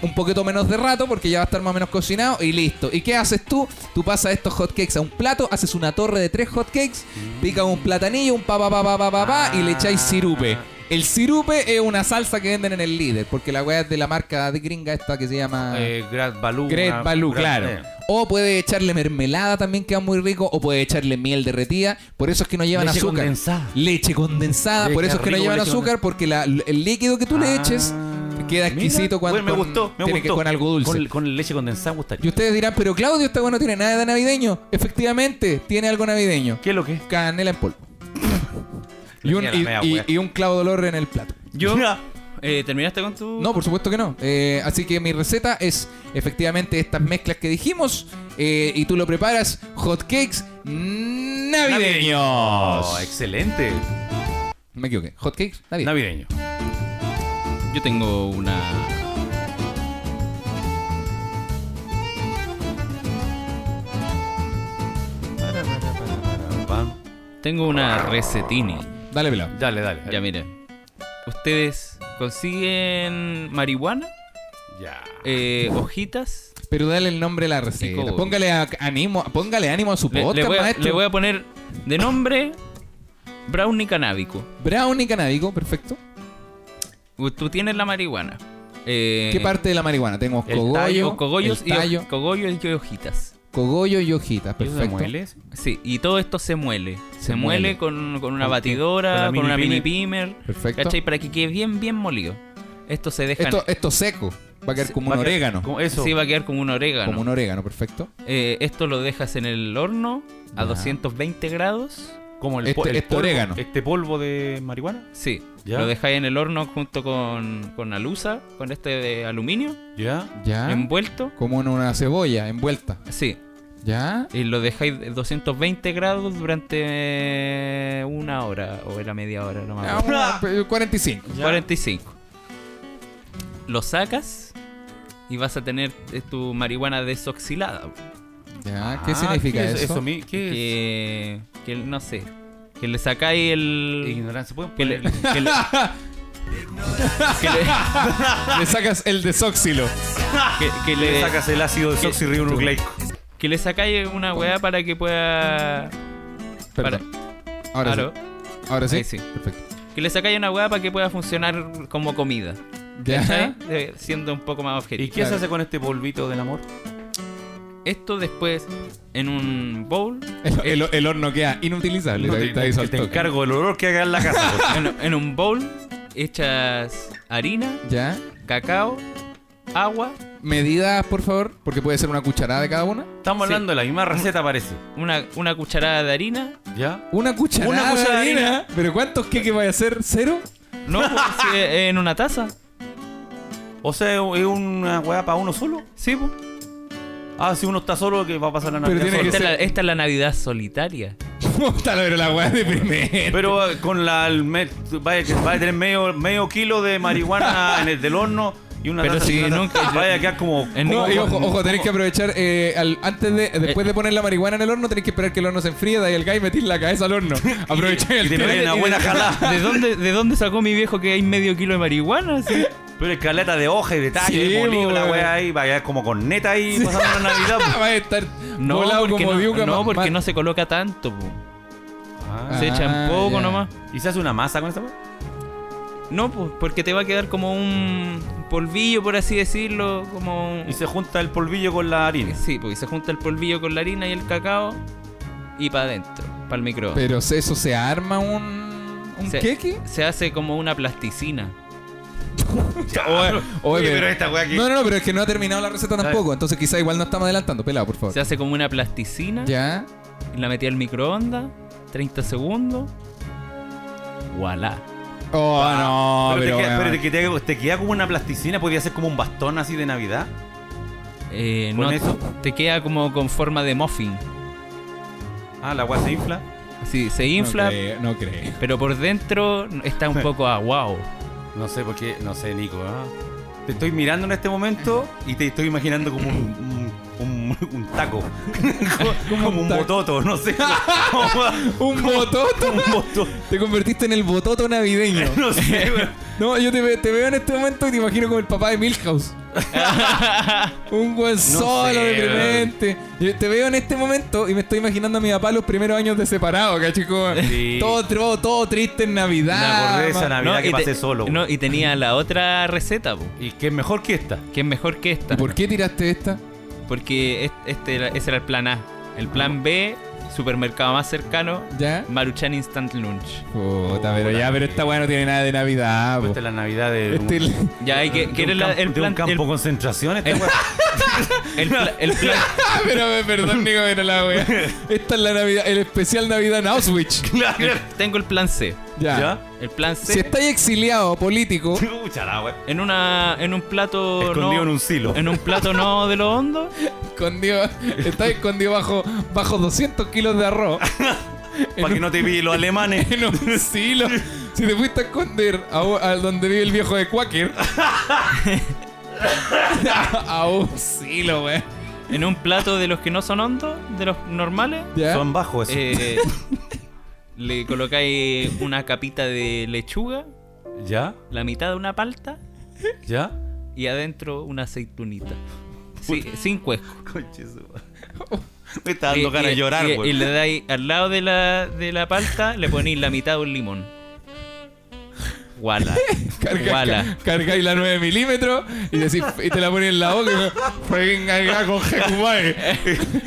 C: un poquito menos de rato porque ya va a estar más o menos cocinado y listo. ¿Y qué haces tú? Tú pasas estos hotcakes a un plato, haces una torre de tres hotcakes, picas un platanillo, un pa pa pa pa pa pa, pa, y le echáis sirupe. El sirupe es una salsa que venden en el líder, porque la weá es de la marca de gringa esta que se llama
E: Eh, Great Balú.
C: Ah. Great
E: una-
C: Baloo,
E: Great-
C: claro.
E: eh.
C: O puede echarle mermelada también, queda muy rico, o puede echarle miel derretida, por eso es que no llevan
E: Leche
C: azúcar.
E: condensada.
C: Leche condensada,
E: Leche,
C: por eso es que no
E: rico
C: llevan
E: leche
C: azúcar, porque la- el líquido que tú le eches Queda exquisito cuando.
E: Bueno, me
C: con-
E: gustó, me
C: tiene
E: gustó.
C: que con algo dulce.
E: Con, con leche condensada me gustaría.
C: Y ustedes dirán, pero Claudio, esta weá no tiene nada de navideño. Efectivamente, tiene algo navideño.
E: ¿Qué es lo que es?
C: Canela en polvo. y, un,
E: Mira la
C: y,
E: media
C: y-
E: wea.
C: y un clavo de olor en el plato.
B: Yo. eh, ¿Terminaste con tu.?
C: No, por supuesto que no. Eh, así que mi receta es efectivamente estas mezclas que dijimos. eh, y tú lo preparas, hotcakes navideños.
E: Oh, excelente.
C: Me equivoqué. Hotcakes navideños.
E: Navideño.
B: Yo tengo una.
E: Pam.
B: Tengo una recetini.
C: Dale, pelado.
E: Dale, dale.
B: Ya, miren. Ustedes consiguen marihuana,
E: Ya.
B: eh, hojitas.
C: Pero dale el nombre a la
B: Y
C: receta.
B: cobro.
C: Póngale, a- ánimo, póngale ánimo a su
B: Le,
C: podcast,
B: le voy a,
C: maestro.
B: le voy a poner de nombre brownie canábico.
C: Brownie canábico, perfecto.
B: U- Tú tienes la marihuana. Eh,
C: ¿Qué parte de la marihuana? Tengo
E: el
C: cogollo,
B: o cogollos
C: el
B: y, ho-
C: tallo,
B: cogollos y hojitas.
C: cogollo y hojitas, perfecto.
E: mueles?
B: Sí, y todo esto se muele. Se,
C: Se
B: muele,
C: muele.
B: con, con una
E: ¿Con qué?
B: batidora, con,
E: ¿Con la
B: una mini
E: mini
B: pimer.
C: Perfecto.
B: ¿Cachai? Para que quede bien, bien molido. Esto se deja.
C: Esto, esto seco, va a quedar como
E: Va
C: un
E: a quedar
C: orégano.
E: como Eso.
B: Sí, va a quedar como un orégano.
C: Como un orégano, perfecto.
B: Eh, esto lo dejas en el horno a 220 grados.
E: Como el,
C: Este-
E: po- el
C: este
E: polvo,
C: orégano.
E: Este polvo de marihuana.
B: Sí,
E: Ya.
B: lo dejáis en el horno junto con, con alusa, con este de aluminio
E: Ya.
C: Ya.
B: envuelto.
C: Como en una cebolla envuelta.
B: Sí,
C: Ya.
B: y lo dejáis de 220 grados durante eh, una hora o era media hora, no me acuerdo.
C: Ah, bueno, 45.
E: Ya.
B: 45. Lo sacas y vas a tener eh, tu marihuana desoxilada.
C: Ya. ¿Qué
E: Ah,
C: significa
E: es-
C: eso?
E: mi- ¿Qué es?
B: Que, que no sé, que le sacáis el.
E: Ignorancia. ¿Pueden
B: Que le,
E: poner-
B: que le- que le-
C: Le sacas el desóxilo.
B: que- que
E: le
B: le-
E: sacas el ácido desoxirribonucleico.
B: Que le sacáis una weá para que pueda. Para,
C: Perdón. Ahora
B: claro.
C: sí. Ahora sí.
B: Ahí sí.
C: Perfecto.
B: Que le sacáis una weá para que pueda funcionar como comida.
C: Ya.
B: ¿Cachai? Eh, Siendo un poco más
E: ¿Y
B: objetivo.
E: qué se
C: Claro.
E: hace con este polvito del amor?
B: Esto después en un bowl.
C: El, el- el horno queda inutilizable.
E: No,
C: Ahí
E: te,
C: está, ahí
E: te-
C: saltó.
E: te encargo el olor que haga en la casa. pues.
B: en, en un bowl echas harina,
C: Ya.
B: cacao, agua,
C: Medidas, por favor, porque puede ser una cucharada de cada una.
E: Estamos
B: Sí.
E: hablando de la misma receta, parece.
B: una, una cucharada de harina.
E: ¿Ya?
C: Una cucharada.
E: Una cucharada de harina.
C: Pero ¿cuántos que vaya a ser? ¿Cero?
B: No, pues, sí, en una taza.
E: O sea, es una weá para uno solo.
B: Sí, pues.
E: Ah, si uno está solo, que va a pasar la
C: Pero
E: Navidad
C: tiene que
E: solo.
B: Esta,
C: ser-
B: es la, esta es la Navidad solitaria.
C: Puta, pero la weá de primer.
E: Pero eh, con la el me- vaya, que- vaya a tener medio, medio kilo de marihuana en el del horno y una
B: Pero
E: taza-
B: si
E: una taza-
B: nunca-
E: vaya a quedar como
B: En-
E: como-
C: No, y ojo, ojo, tenéis que
E: como-
C: aprovechar eh, al- antes de, después de poner la marihuana en el horno, tenéis que esperar que el horno se enfríe, dais el gas y metís la cabeza al horno. Aprovechar
E: y
C: el
E: te
C: tiempo.
E: pegues una buena
C: "Ah".
E: jalada.
B: ¿De dónde, ¿De dónde sacó mi viejo que hay medio kilo de marihuana? Sí.
E: Pero escaleta de hoja y detalle,
C: Sí,
E: y molido, la
C: weón.
E: weá ahí, vaya a quedar como con neta ahí pasando la Navidad. pues.
C: Va a estar
B: No,
C: volado
B: porque,
C: como
B: no,
C: diuca,
B: no,
C: ma-
B: porque
C: ma-
B: no se coloca tanto. po.
E: Ah.
B: Se
C: Ah,
B: echan poco
C: ya.
B: nomás.
E: ¿Y se hace una masa con esta weá?
B: No, pues, porque te va a quedar como un polvillo, por así decirlo. Como un-
E: Y se junta el polvillo con la harina.
B: Sí, porque se junta el polvillo con la harina y el cacao y para adentro, para el microondas.
C: Pero se- eso se arma un. ¿Un
B: Se-
C: queque?
B: Se hace como una plasticina.
C: Oye,
E: pero esta weá aquí.
C: No, no, no, pero es que no ha terminado la receta tampoco, entonces quizá igual no estamos adelantando. Pelado, por favor.
B: Se hace como una plasticina.
C: Ya.
B: y La metí al microondas, 30 segundos. Voilà.
C: Oh, no,
E: pero,
C: pero.
E: te, queda,
C: weón.
E: pero te queda- te queda como una plasticina, podría ser como un bastón así de Navidad.
B: Eh,
E: Con
B: no,
E: eso-
B: Te queda como con forma de muffin.
E: Ah, la weá se infla.
B: Así, se infla,
C: No creo. No creo.
B: pero por dentro está un poco ah, aguado.
E: No sé por qué, no sé, Nico. ¿ah? Te estoy mirando en este momento y te estoy imaginando como un, un, un- un taco. como, como un
C: taco.
E: bototo, no sé. Como,
C: Un bototo.
E: un bototo.
C: Te convertiste en el bototo navideño.
E: No sé, güey.
C: No, yo te, ve- te veo en este momento y te imagino como el papá de Milhouse. Un buen solo
E: sé,
C: deprimente. Yo te veo en este momento y me estoy imaginando a mi papá los primeros años de separado, ¿cachai? Como
E: Sí.
C: Todo, todo, todo triste en
E: Me
C: Navidad.
E: acordé de esa
C: ma-
E: Navidad
B: No,
E: Ah, que
B: y te-
E: pasé solo.
B: no,
E: güey.
B: y tenía la otra receta, po,
E: y que es mejor que esta.
B: que es mejor que esta.
C: ¿Y ¿Por qué tiraste esta?
B: Porque es- este era- ese era el plan A. El plan B Supermercado más cercano,
C: ¿Ya?
B: Maruchan Instant Lunch.
C: Puta, pero ya,
E: Hola.
C: pero esta weá no tiene nada de Navidad, po.
E: Esta es la Navidad de.
C: Este
E: un-
C: el-
B: Ya hay que.
E: de
B: ¿Quieres
E: un
B: la-
E: campo-
B: el
E: de un
B: plan?
E: campo
B: el-
E: de concentración? Esta
B: el-
E: weá.
B: el pla- el plan.
C: Ah, pero me- perdón, Nico, pero la weá. Esta es la Navidad, el especial Navidad en Auschwitz.
B: Tengo el plan C.
C: Ya.
B: El plan C.
C: Si estáis exiliado político,
E: Chucha la weá.
B: En una. En un plato.
E: Escondido
B: no,
E: en un silo.
B: En un plato no de lo hondo.
C: escondido, estáis escondido bajo, bajo 200 kilos de arroz. en
E: Para que
C: un-
E: no te pillen los alemanes.
C: en un silo. Si te fuiste a esconder a, u- a donde vive el viejo de Quaker. a, a un silo, weón.
B: En un plato de los que no son hondos, de los normales.
C: ¿Ya?
E: Son bajos eso.
B: eh, le colocáis una capita de lechuga,
E: ¿Ya?
B: la mitad de una palta
E: ¿Ya?
B: y adentro una aceitunita. Sí, sin cuesco.
E: Conche su madre. Me está dando
B: Y-
E: ganas
B: y-
E: de llorar,
B: y,
E: weón.
B: y le dais al lado de la, de la palta, le ponéis la mitad de un limón. Guala.
C: Carga-
B: Guala.
C: ca- cargáis la 9 milímetros y, decís- y te la pones en la boca y dices, "Fucking cargá con Jecumae".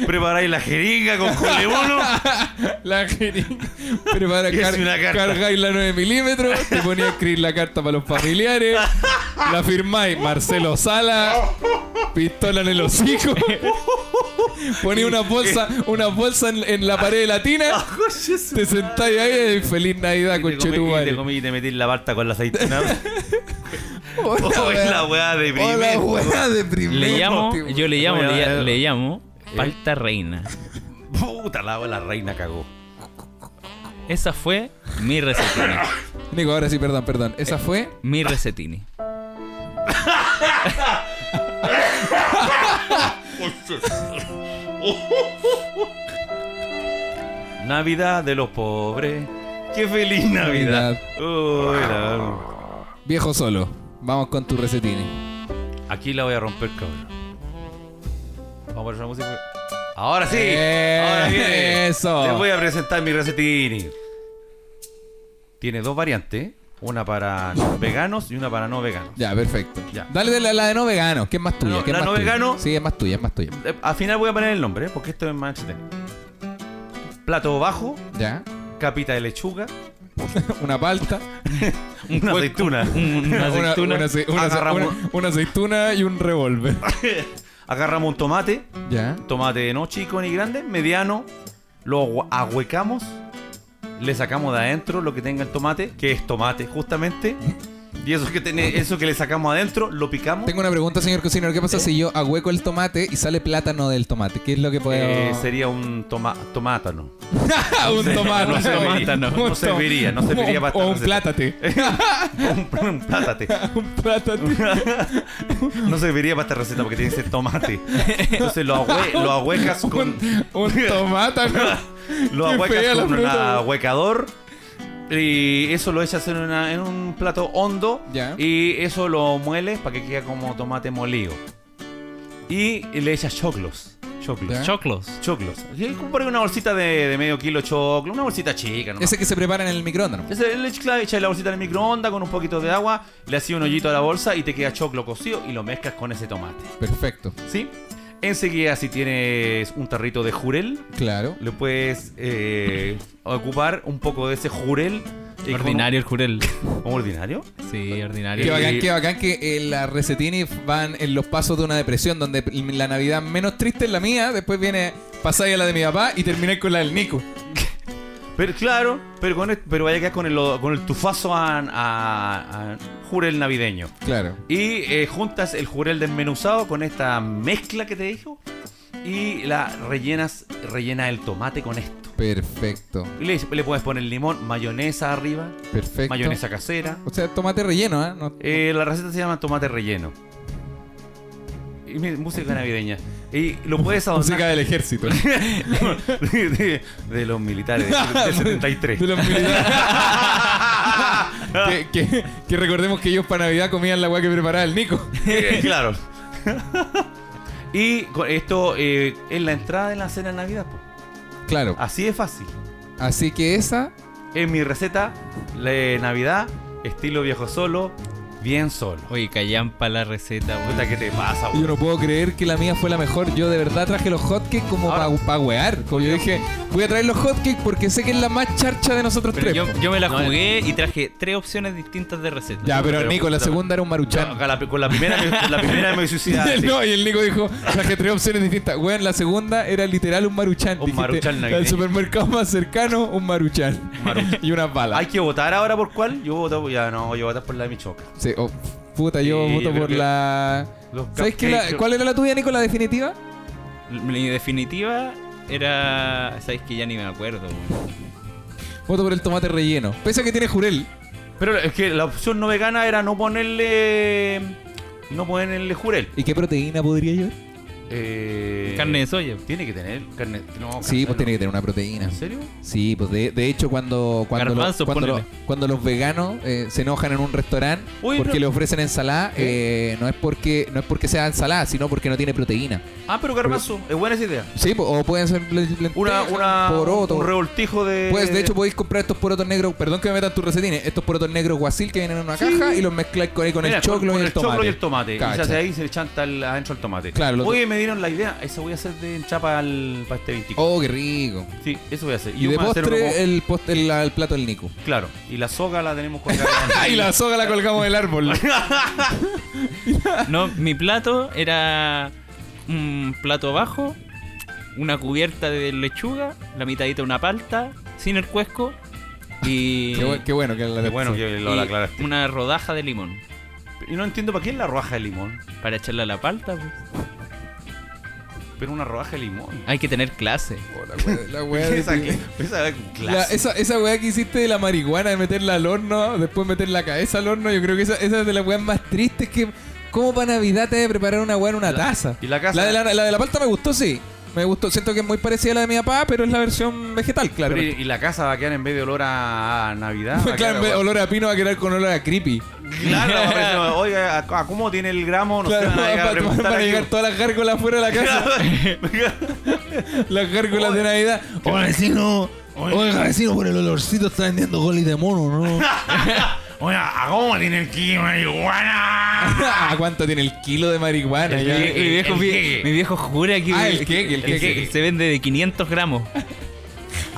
E: Preparáis la jeringa con colebuno.
C: La jeringa. Prepara,
E: Y es
C: car-
E: una carta.
C: cargáis la 9 milímetros, te ponía a escribir la carta para los familiares, la firmáis Marcelo Sala, pistola en el hocico, ponía una bolsa, una bolsa en, en la pared de la tina,
E: Conche su
C: te sentáis ahí y feliz Navidad,
E: Y te comí- y te
C: conchetumare.
E: comí y te metí la barta con la aceituna.
C: Hola,
E: oh, es la
C: wea.
E: weá de
C: Hola,
E: primer.
C: wea de primer.
B: Le llamo,
C: tipo.
B: yo le llamo, le,
E: Bueno,
B: ll-
E: eh,
B: le llamo palta reina.
E: Puta la weá, la reina cagó.
B: Esa fue mi recetini.
C: Nico, ahora sí, perdón, perdón. Esa fue.
B: Mi recetini.
E: Navidad de los pobres. Qué feliz Navidad. Uy, la-
C: Viejo solo. Vamos con tu recetini.
E: Aquí la voy a romper, cabrón. Vamos a poner una música. Ahora sí.
C: Eh,
E: ahora viene.
C: eso.
E: Les voy a presentar mi recetini. Tiene dos variantes. Una para veganos y una para no veganos.
C: Ya, perfecto.
E: Ya.
C: Dale de la, la de no vegano, que es más tuya.
E: No,
C: que es
E: la
C: más
E: no
C: tuya.
E: vegano.
C: Sí, es más tuya, es más tuya.
E: Eh, Al final voy a poner el nombre, ¿eh? porque esto es más entretenido. Plato bajo,
C: Ya.
E: capita de lechuga,
C: Una palta,
E: una aceituna.
B: Un- Una
C: una,
B: aceituna.
C: una ace- una ace-
E: Agarramos-
C: una- una aceituna y un revólver.
E: Agarramos un tomate,
C: Ya.
E: tomate no chico ni grande, mediano, lo ahue- ahuecamos, le sacamos de adentro lo que tenga el tomate, que es tomate justamente, y eso que, tiene, eso que le sacamos adentro lo picamos.
C: Tengo una pregunta, señor cocinero. ¿Qué pasa si yo ahueco el tomate y sale plátano del tomate? ¿Qué es lo que puedo...? Ah,
E: eh, sería un toma- tomátano.
C: un tomate.
E: No serviría,
B: tomátano.
E: no serviría, no serviría para
C: O,
E: esta
C: un
E: receta.
C: plátate.
E: Un- un plátate.
C: un plátate.
E: No serviría para esta receta porque tiene que ser tomate. Entonces lo, ahue- lo ahuecas con.
C: Un, un tomátano.
E: Lo
C: qué fea
E: ahuecas
C: la
E: con un
C: fruta.
E: ahuecador. Y eso lo echas en, una- en un plato hondo.
C: Ya.
E: Y eso lo mueles para que quede como tomate molido. Y le echas choclos. Choclos.
C: Ya.
B: Choclos.
E: Choclos. Y Compré una bolsita de, de medio kilo de choclo. Una bolsita chica, ¿no?
C: Ese que se prepara en el microondas. ¿no?
E: Ese- le echas- claro, echas la bolsita en el microondas con un poquito de agua, le haces un hoyito a la bolsa y te queda choclo cocido y lo mezclas con ese tomate.
C: Perfecto.
E: ¿Sí? Enseguida, si tienes un tarrito de jurel,
C: Claro.
E: le puedes eh, ocupar un poco de ese jurel. y con
B: Ordinario el jurel.
E: un- ¿Cómo ordinario?
B: Sí,
C: Qué
B: ordinario.
C: bacán, qué bacán que eh, las recetini van en los pasos de una depresión, donde la Navidad menos triste es la mía, después viene pasáis a la de mi papá y termináis con la del Nico.
E: Pero claro, pero, con el- pero vaya a quedar con el, con el tufazo a, a- a jurel navideño.
C: Claro.
E: Y eh, juntas el jurel desmenuzado con esta mezcla que te dijo y la rellenas, rellena el tomate con esto.
C: Perfecto,
E: Y le, le puedes poner limón, mayonesa arriba,
C: perfecto.
E: mayonesa casera.
C: O sea, tomate relleno, ¿eh? No-
E: Eh, la receta se llama tomate relleno. Y mi- música navideña. Y lo puedes
C: música
E: adornar
C: del ejército.
E: de, de- de los militares del del 73.
C: De los militares. que, que- que recordemos que ellos para Navidad comían la agua que preparaba el Nico.
E: Eh, claro. y con esto eh, es la entrada de la cena de Navidad. po.
C: Claro.
E: Así de fácil.
C: Así que esa
E: Es mi receta de Navidad, estilo viejo solo, bien solo.
B: Oye, callampa la receta, weón.
E: Puta, ¿qué te pasa,
C: Yo
E: weón?
C: no puedo creer que la mía fue la mejor. Yo de verdad traje los hotcakes como
E: Ahora-
C: para wear. Como yo dije, voy a traer los hotcakes porque sé que es la más charcha de nosotros
B: Pero
C: tres.
B: yo, yo me la
E: No,
B: jugué y traje tres opciones distintas de receta.
C: Ya, pero,
E: pero-
C: Nico, la
E: pero-
C: segunda era un maruchan.
E: Con la, con la primera, me- con la primera me suicidaste.
C: no, y el Nico dijo, traje tres opciones distintas. Weón, la segunda era literal un maruchan.
E: Un
C: Dijiste,
E: maruchan navideño.
C: Al supermercado más cercano, un maruchan.
E: Maruchan.
C: y unas balas.
E: ¿Hay que votar ahora por cuál? Yo voto, ya no, yo voto por la de Michoca.
C: Sí, oh, puta, yo
E: Sí,
C: voto
E: pero
C: por
E: que-
C: la...
E: Los
C: ¿Sabes qué? la-
E: cupcakes-
C: ¿Cuál era la tuya, Nico, la definitiva?
B: Mi definitiva era. Sabes que ya ni me acuerdo, weón.
C: Voto por el tomate relleno. Pese a que tiene jurel.
E: Pero es que la opción no vegana era no ponerle. No ponerle jurel.
C: ¿Y qué proteína podría llevar?
E: Eh,
B: Carne de soya.
E: Tiene que tener carne. No,
C: Sí,
E: carne-
C: pues tiene que tener una proteína.
E: ¿En serio?
C: Sí, pues de, de hecho cuando cuando, los-
B: Garbanzos,
C: cuando,
B: ponele.
C: los- cuando los veganos eh, se enojan en un restaurante
E: Uy,
C: porque
E: pero-
C: le ofrecen ensalada, eh, no es porque no es porque sea ensalada, sino porque no tiene proteína.
E: Ah, pero garbanzo. Es buena esa idea.
C: Sí, po- o pueden ser len- lentejas,
E: Una, una,
C: porotos.
E: un revoltijo de.
C: Pues de hecho podéis comprar estos porotos negros, perdón que me metan tus recetines, estos porotos negros guasil que vienen en una caja y los mezcláis con, ahí con
E: Mira,
C: el choclo y
E: con
C: el,
E: el
C: tomate.
E: choclo y el tomate.
C: Cacha.
E: Y se hace ahí se le chanta al- adentro el tomate.
C: Claro, lo-
E: Oye, me dieron la idea. Eso voy a hacer de chapa al, para este 24.
C: Oh, qué rico.
E: Sí, eso voy a hacer.
C: Y,
E: yo
C: de
E: voy a hacer uno
C: postre
E: con-
C: el, post- el- el plato del Nico.
E: Claro. Y la soga la tenemos colgada.
C: y la soga la colgamos del árbol.
B: No, mi plato era un plato bajo, una cubierta de lechuga, la mitadita de una palta, sin el cuesco y,
C: qué, bu- qué bueno que la
E: Qué bueno que lo
B: y
E: lo aclaraste.
B: una rodaja de limón
E: Y no entiendo para qué es la rodaja de limón.
B: para echarle a la palta. pues.
E: Pero una rodaja de limón.
B: Hay que tener clase.
C: Oh, la wea- la wea de
E: esa,
C: tu-
E: esa
C: La-
E: clase.
C: esa, esa weá que hiciste de la marihuana, de meterla al horno, después meter la cabeza al horno, yo creo que esa, esa es de las weas más tristes que... ¿Cómo para Navidad te debe preparar una weá en una taza?
E: y la casa-
C: de la, la de la palta me gustó, sí. Me gustó. Siento que es muy parecida a la de mi papá, pero es la versión vegetal, claro.
E: Pero y, Ah, y la casa va a quedar en vez de olor a, a Navidad. va a
C: claro,
E: quedar
C: en vez de
E: a-
C: olor a pino va a quedar con olor a creepy.
E: Claro, va a aparecer, oiga, ¿a, a cómo tiene el gramo? No
C: claro,
E: se van
C: para,
E: a llegar a
C: para-
E: preguntar
C: para
E: aquí.
C: llegar todas las gárgolas fuera de la casa. las gárgolas de Navidad. Oiga, vecino. Oiga, vecino, por el olorcito está vendiendo goles de mono, ¿no?
E: Oiga, ¿a cómo tiene el kilo de marihuana?
C: Ah, ¿Cuánto tiene el kilo de marihuana?
B: Mi,
C: ya?
B: mi viejo,
E: el
B: vi-
E: queque.
B: mi viejo jura que,
C: Ah, el queque, el
B: que
C: queque.
B: se vende de 500 gramos.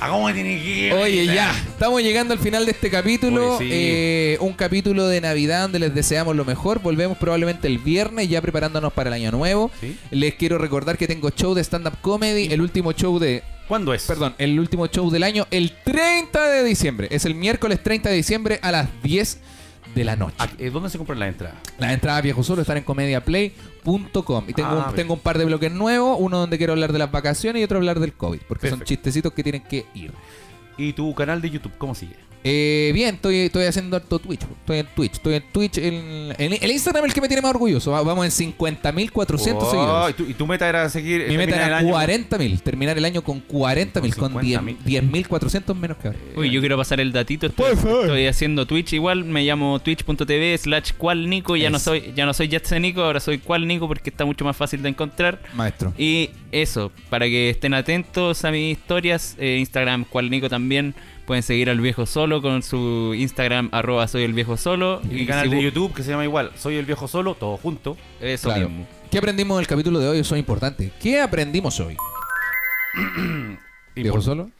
E: ¿A cómo tiene el kilo?
C: Oye, ya. Estamos llegando al final de este capítulo.
E: Oye, sí.
C: Eh, un capítulo de Navidad donde les deseamos lo mejor. Volvemos probablemente el viernes, ya preparándonos para el año nuevo.
E: Sí.
C: Les quiero recordar que tengo show de stand-up comedy. El último show de.
E: ¿Cuándo es?
C: Perdón, el último show del año, el 30 de diciembre. Es el miércoles 30 de diciembre a las 10 de la noche.
E: ¿A- eh, ¿Dónde se compra la entrada?
C: Las entradas viejo solo están en comediaplay.com. Y tengo,
E: Ah,
C: un,
E: bien.
C: tengo un par de bloques nuevos, uno donde quiero hablar de las vacaciones y otro hablar del COVID, porque son
E: Perfecto.
C: chistecitos que tienen que ir.
E: ¿Y tu canal de YouTube? ¿Cómo sigue?
C: Eh, bien, estoy, estoy haciendo harto Twitch. Estoy en Twitch. Estoy en Twitch. En, en- el Instagram es el que me tiene más orgulloso. va- Vamos en 50.400
E: Oh,
C: seguidores.
E: ¿y, tu, y tu meta era seguir.
C: Mi meta
E: terminar
C: era
E: el año-
C: 40.000. Terminar el año con 40.000.
E: Con
C: Con 10
E: 50.000.
C: 10.400 menos que ahora.
B: Uy, yo quiero pasar el datito. Estoy, estoy haciendo Twitch igual. Me llamo twitch.tv slash cual Nico. Ya no
C: Es.
B: soy, ya no soy Jetsen Nico, ahora soy cual Nico porque está mucho más fácil de encontrar.
C: Maestro.
B: Y eso, para que estén atentos a mis historias, eh, Instagram cual Nico también. Pueden seguir al viejo solo con su Instagram arroba soy el viejo solo.
E: Y mi
B: si
E: canal
B: bu-
E: de YouTube que se llama igual. Soy el viejo solo, todo junto.
B: Eso
C: Claro.
B: mismo.
C: ¿Qué aprendimos del capítulo de hoy? Eso es importante. ¿Qué aprendimos hoy?
E: Y
C: ¿Viejo
E: por-
C: solo?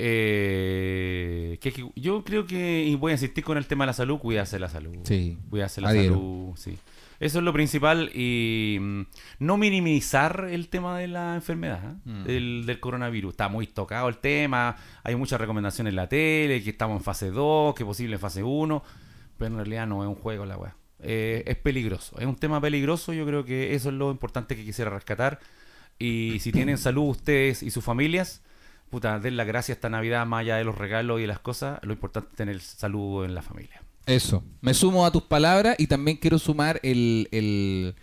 E: Eh, que- que yo creo que y voy a insistir con el tema de la salud, cuidarse la salud.
C: Sí.
E: Cuidarse la
C: Adhiero.
E: salud, sí. Eso es lo principal y mm, no minimizar el tema de la enfermedad, ¿eh? del, del coronavirus. Está muy tocado el tema, hay muchas recomendaciones en la tele, que estamos en fase 2, que posible en fase 1, pero en realidad no es un juego la weá. Eh, es peligroso, es un tema peligroso, yo creo que eso es lo importante que quisiera rescatar. Y si tienen salud ustedes y sus familias, puta, den las gracias esta Navidad, más allá de los regalos y de las cosas, lo importante es tener salud en la familia.
C: Eso. Me sumo a tus palabras y también quiero sumar el... el,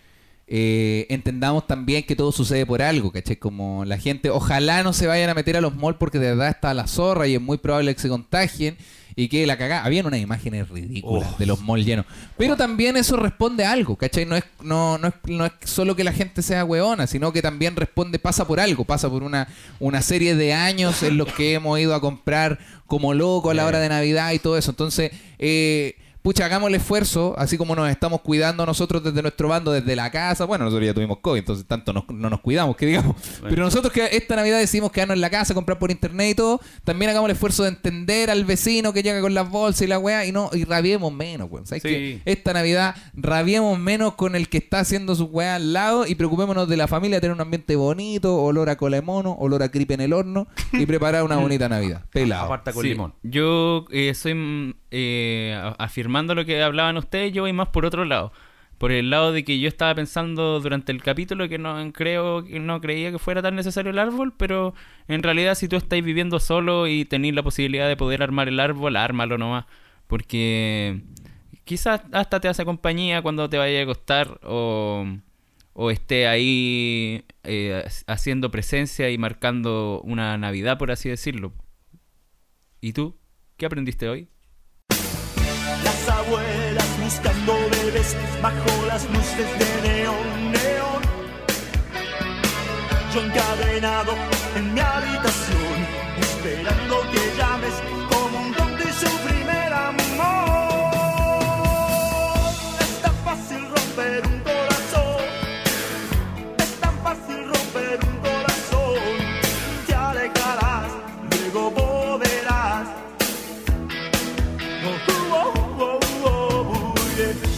C: eh, entendamos también que todo sucede por algo, ¿cachai? Como la gente, ojalá no se vayan a meter a los malls porque de verdad está la zorra y es muy probable que se contagien y que la cagada. Habían unas imágenes ridículas
E: Oh.
C: de los malls llenos. Pero también eso responde a algo, ¿cachai? No es, no, no es, no es solo que la gente sea hueona, sino que también responde, pasa por algo, pasa por una, una serie de años en los que hemos ido a comprar como loco a la hora de Navidad y todo eso. Entonces, eh, pucha, hagamos el esfuerzo, así como nos estamos cuidando nosotros desde nuestro bando, desde la casa. Bueno, nosotros ya tuvimos COVID, entonces tanto nos- no nos cuidamos, que digamos. Pero nosotros que esta Navidad decidimos quedarnos en la casa, comprar por internet y todo, también hagamos el esfuerzo de entender al vecino que llega con las bolsas y la weá y no, y rabiemos menos, weón. ¿Sabes
E: Sí.
C: qué? Esta Navidad rabiemos menos con el que está haciendo su weá al lado y preocupémonos de la familia, tener un ambiente bonito, olor a cola de mono, olor a creep en el horno y preparar una bonita Navidad. Pelado.
E: Aparta con
B: Sí,
E: limón.
B: Yo eh, soy mm, eh, a- afirmando lo que hablaban ustedes, yo voy más por otro lado. Por el lado de que yo estaba pensando durante el capítulo que no creo que no creía que fuera tan necesario el árbol, pero en realidad si tú estáis viviendo solo y tenéis la posibilidad de poder armar el árbol, ármalo nomás, porque quizás hasta te hace compañía cuando te vaya a acostar o, o esté ahí eh, haciendo presencia y marcando una Navidad, por así decirlo. ¿Y tú? ¿Qué aprendiste hoy?
D: Las abuelas buscando bebés bajo las luces de neón, neón. Yo encadenado en mi habitación, esperando que llames como un don de su primer amor. Es tan fácil romper un corazón, es tan fácil romper un corazón. Te alejarás, luego volverás. Oh, oh, oh, oh, oh, yeah. Oh,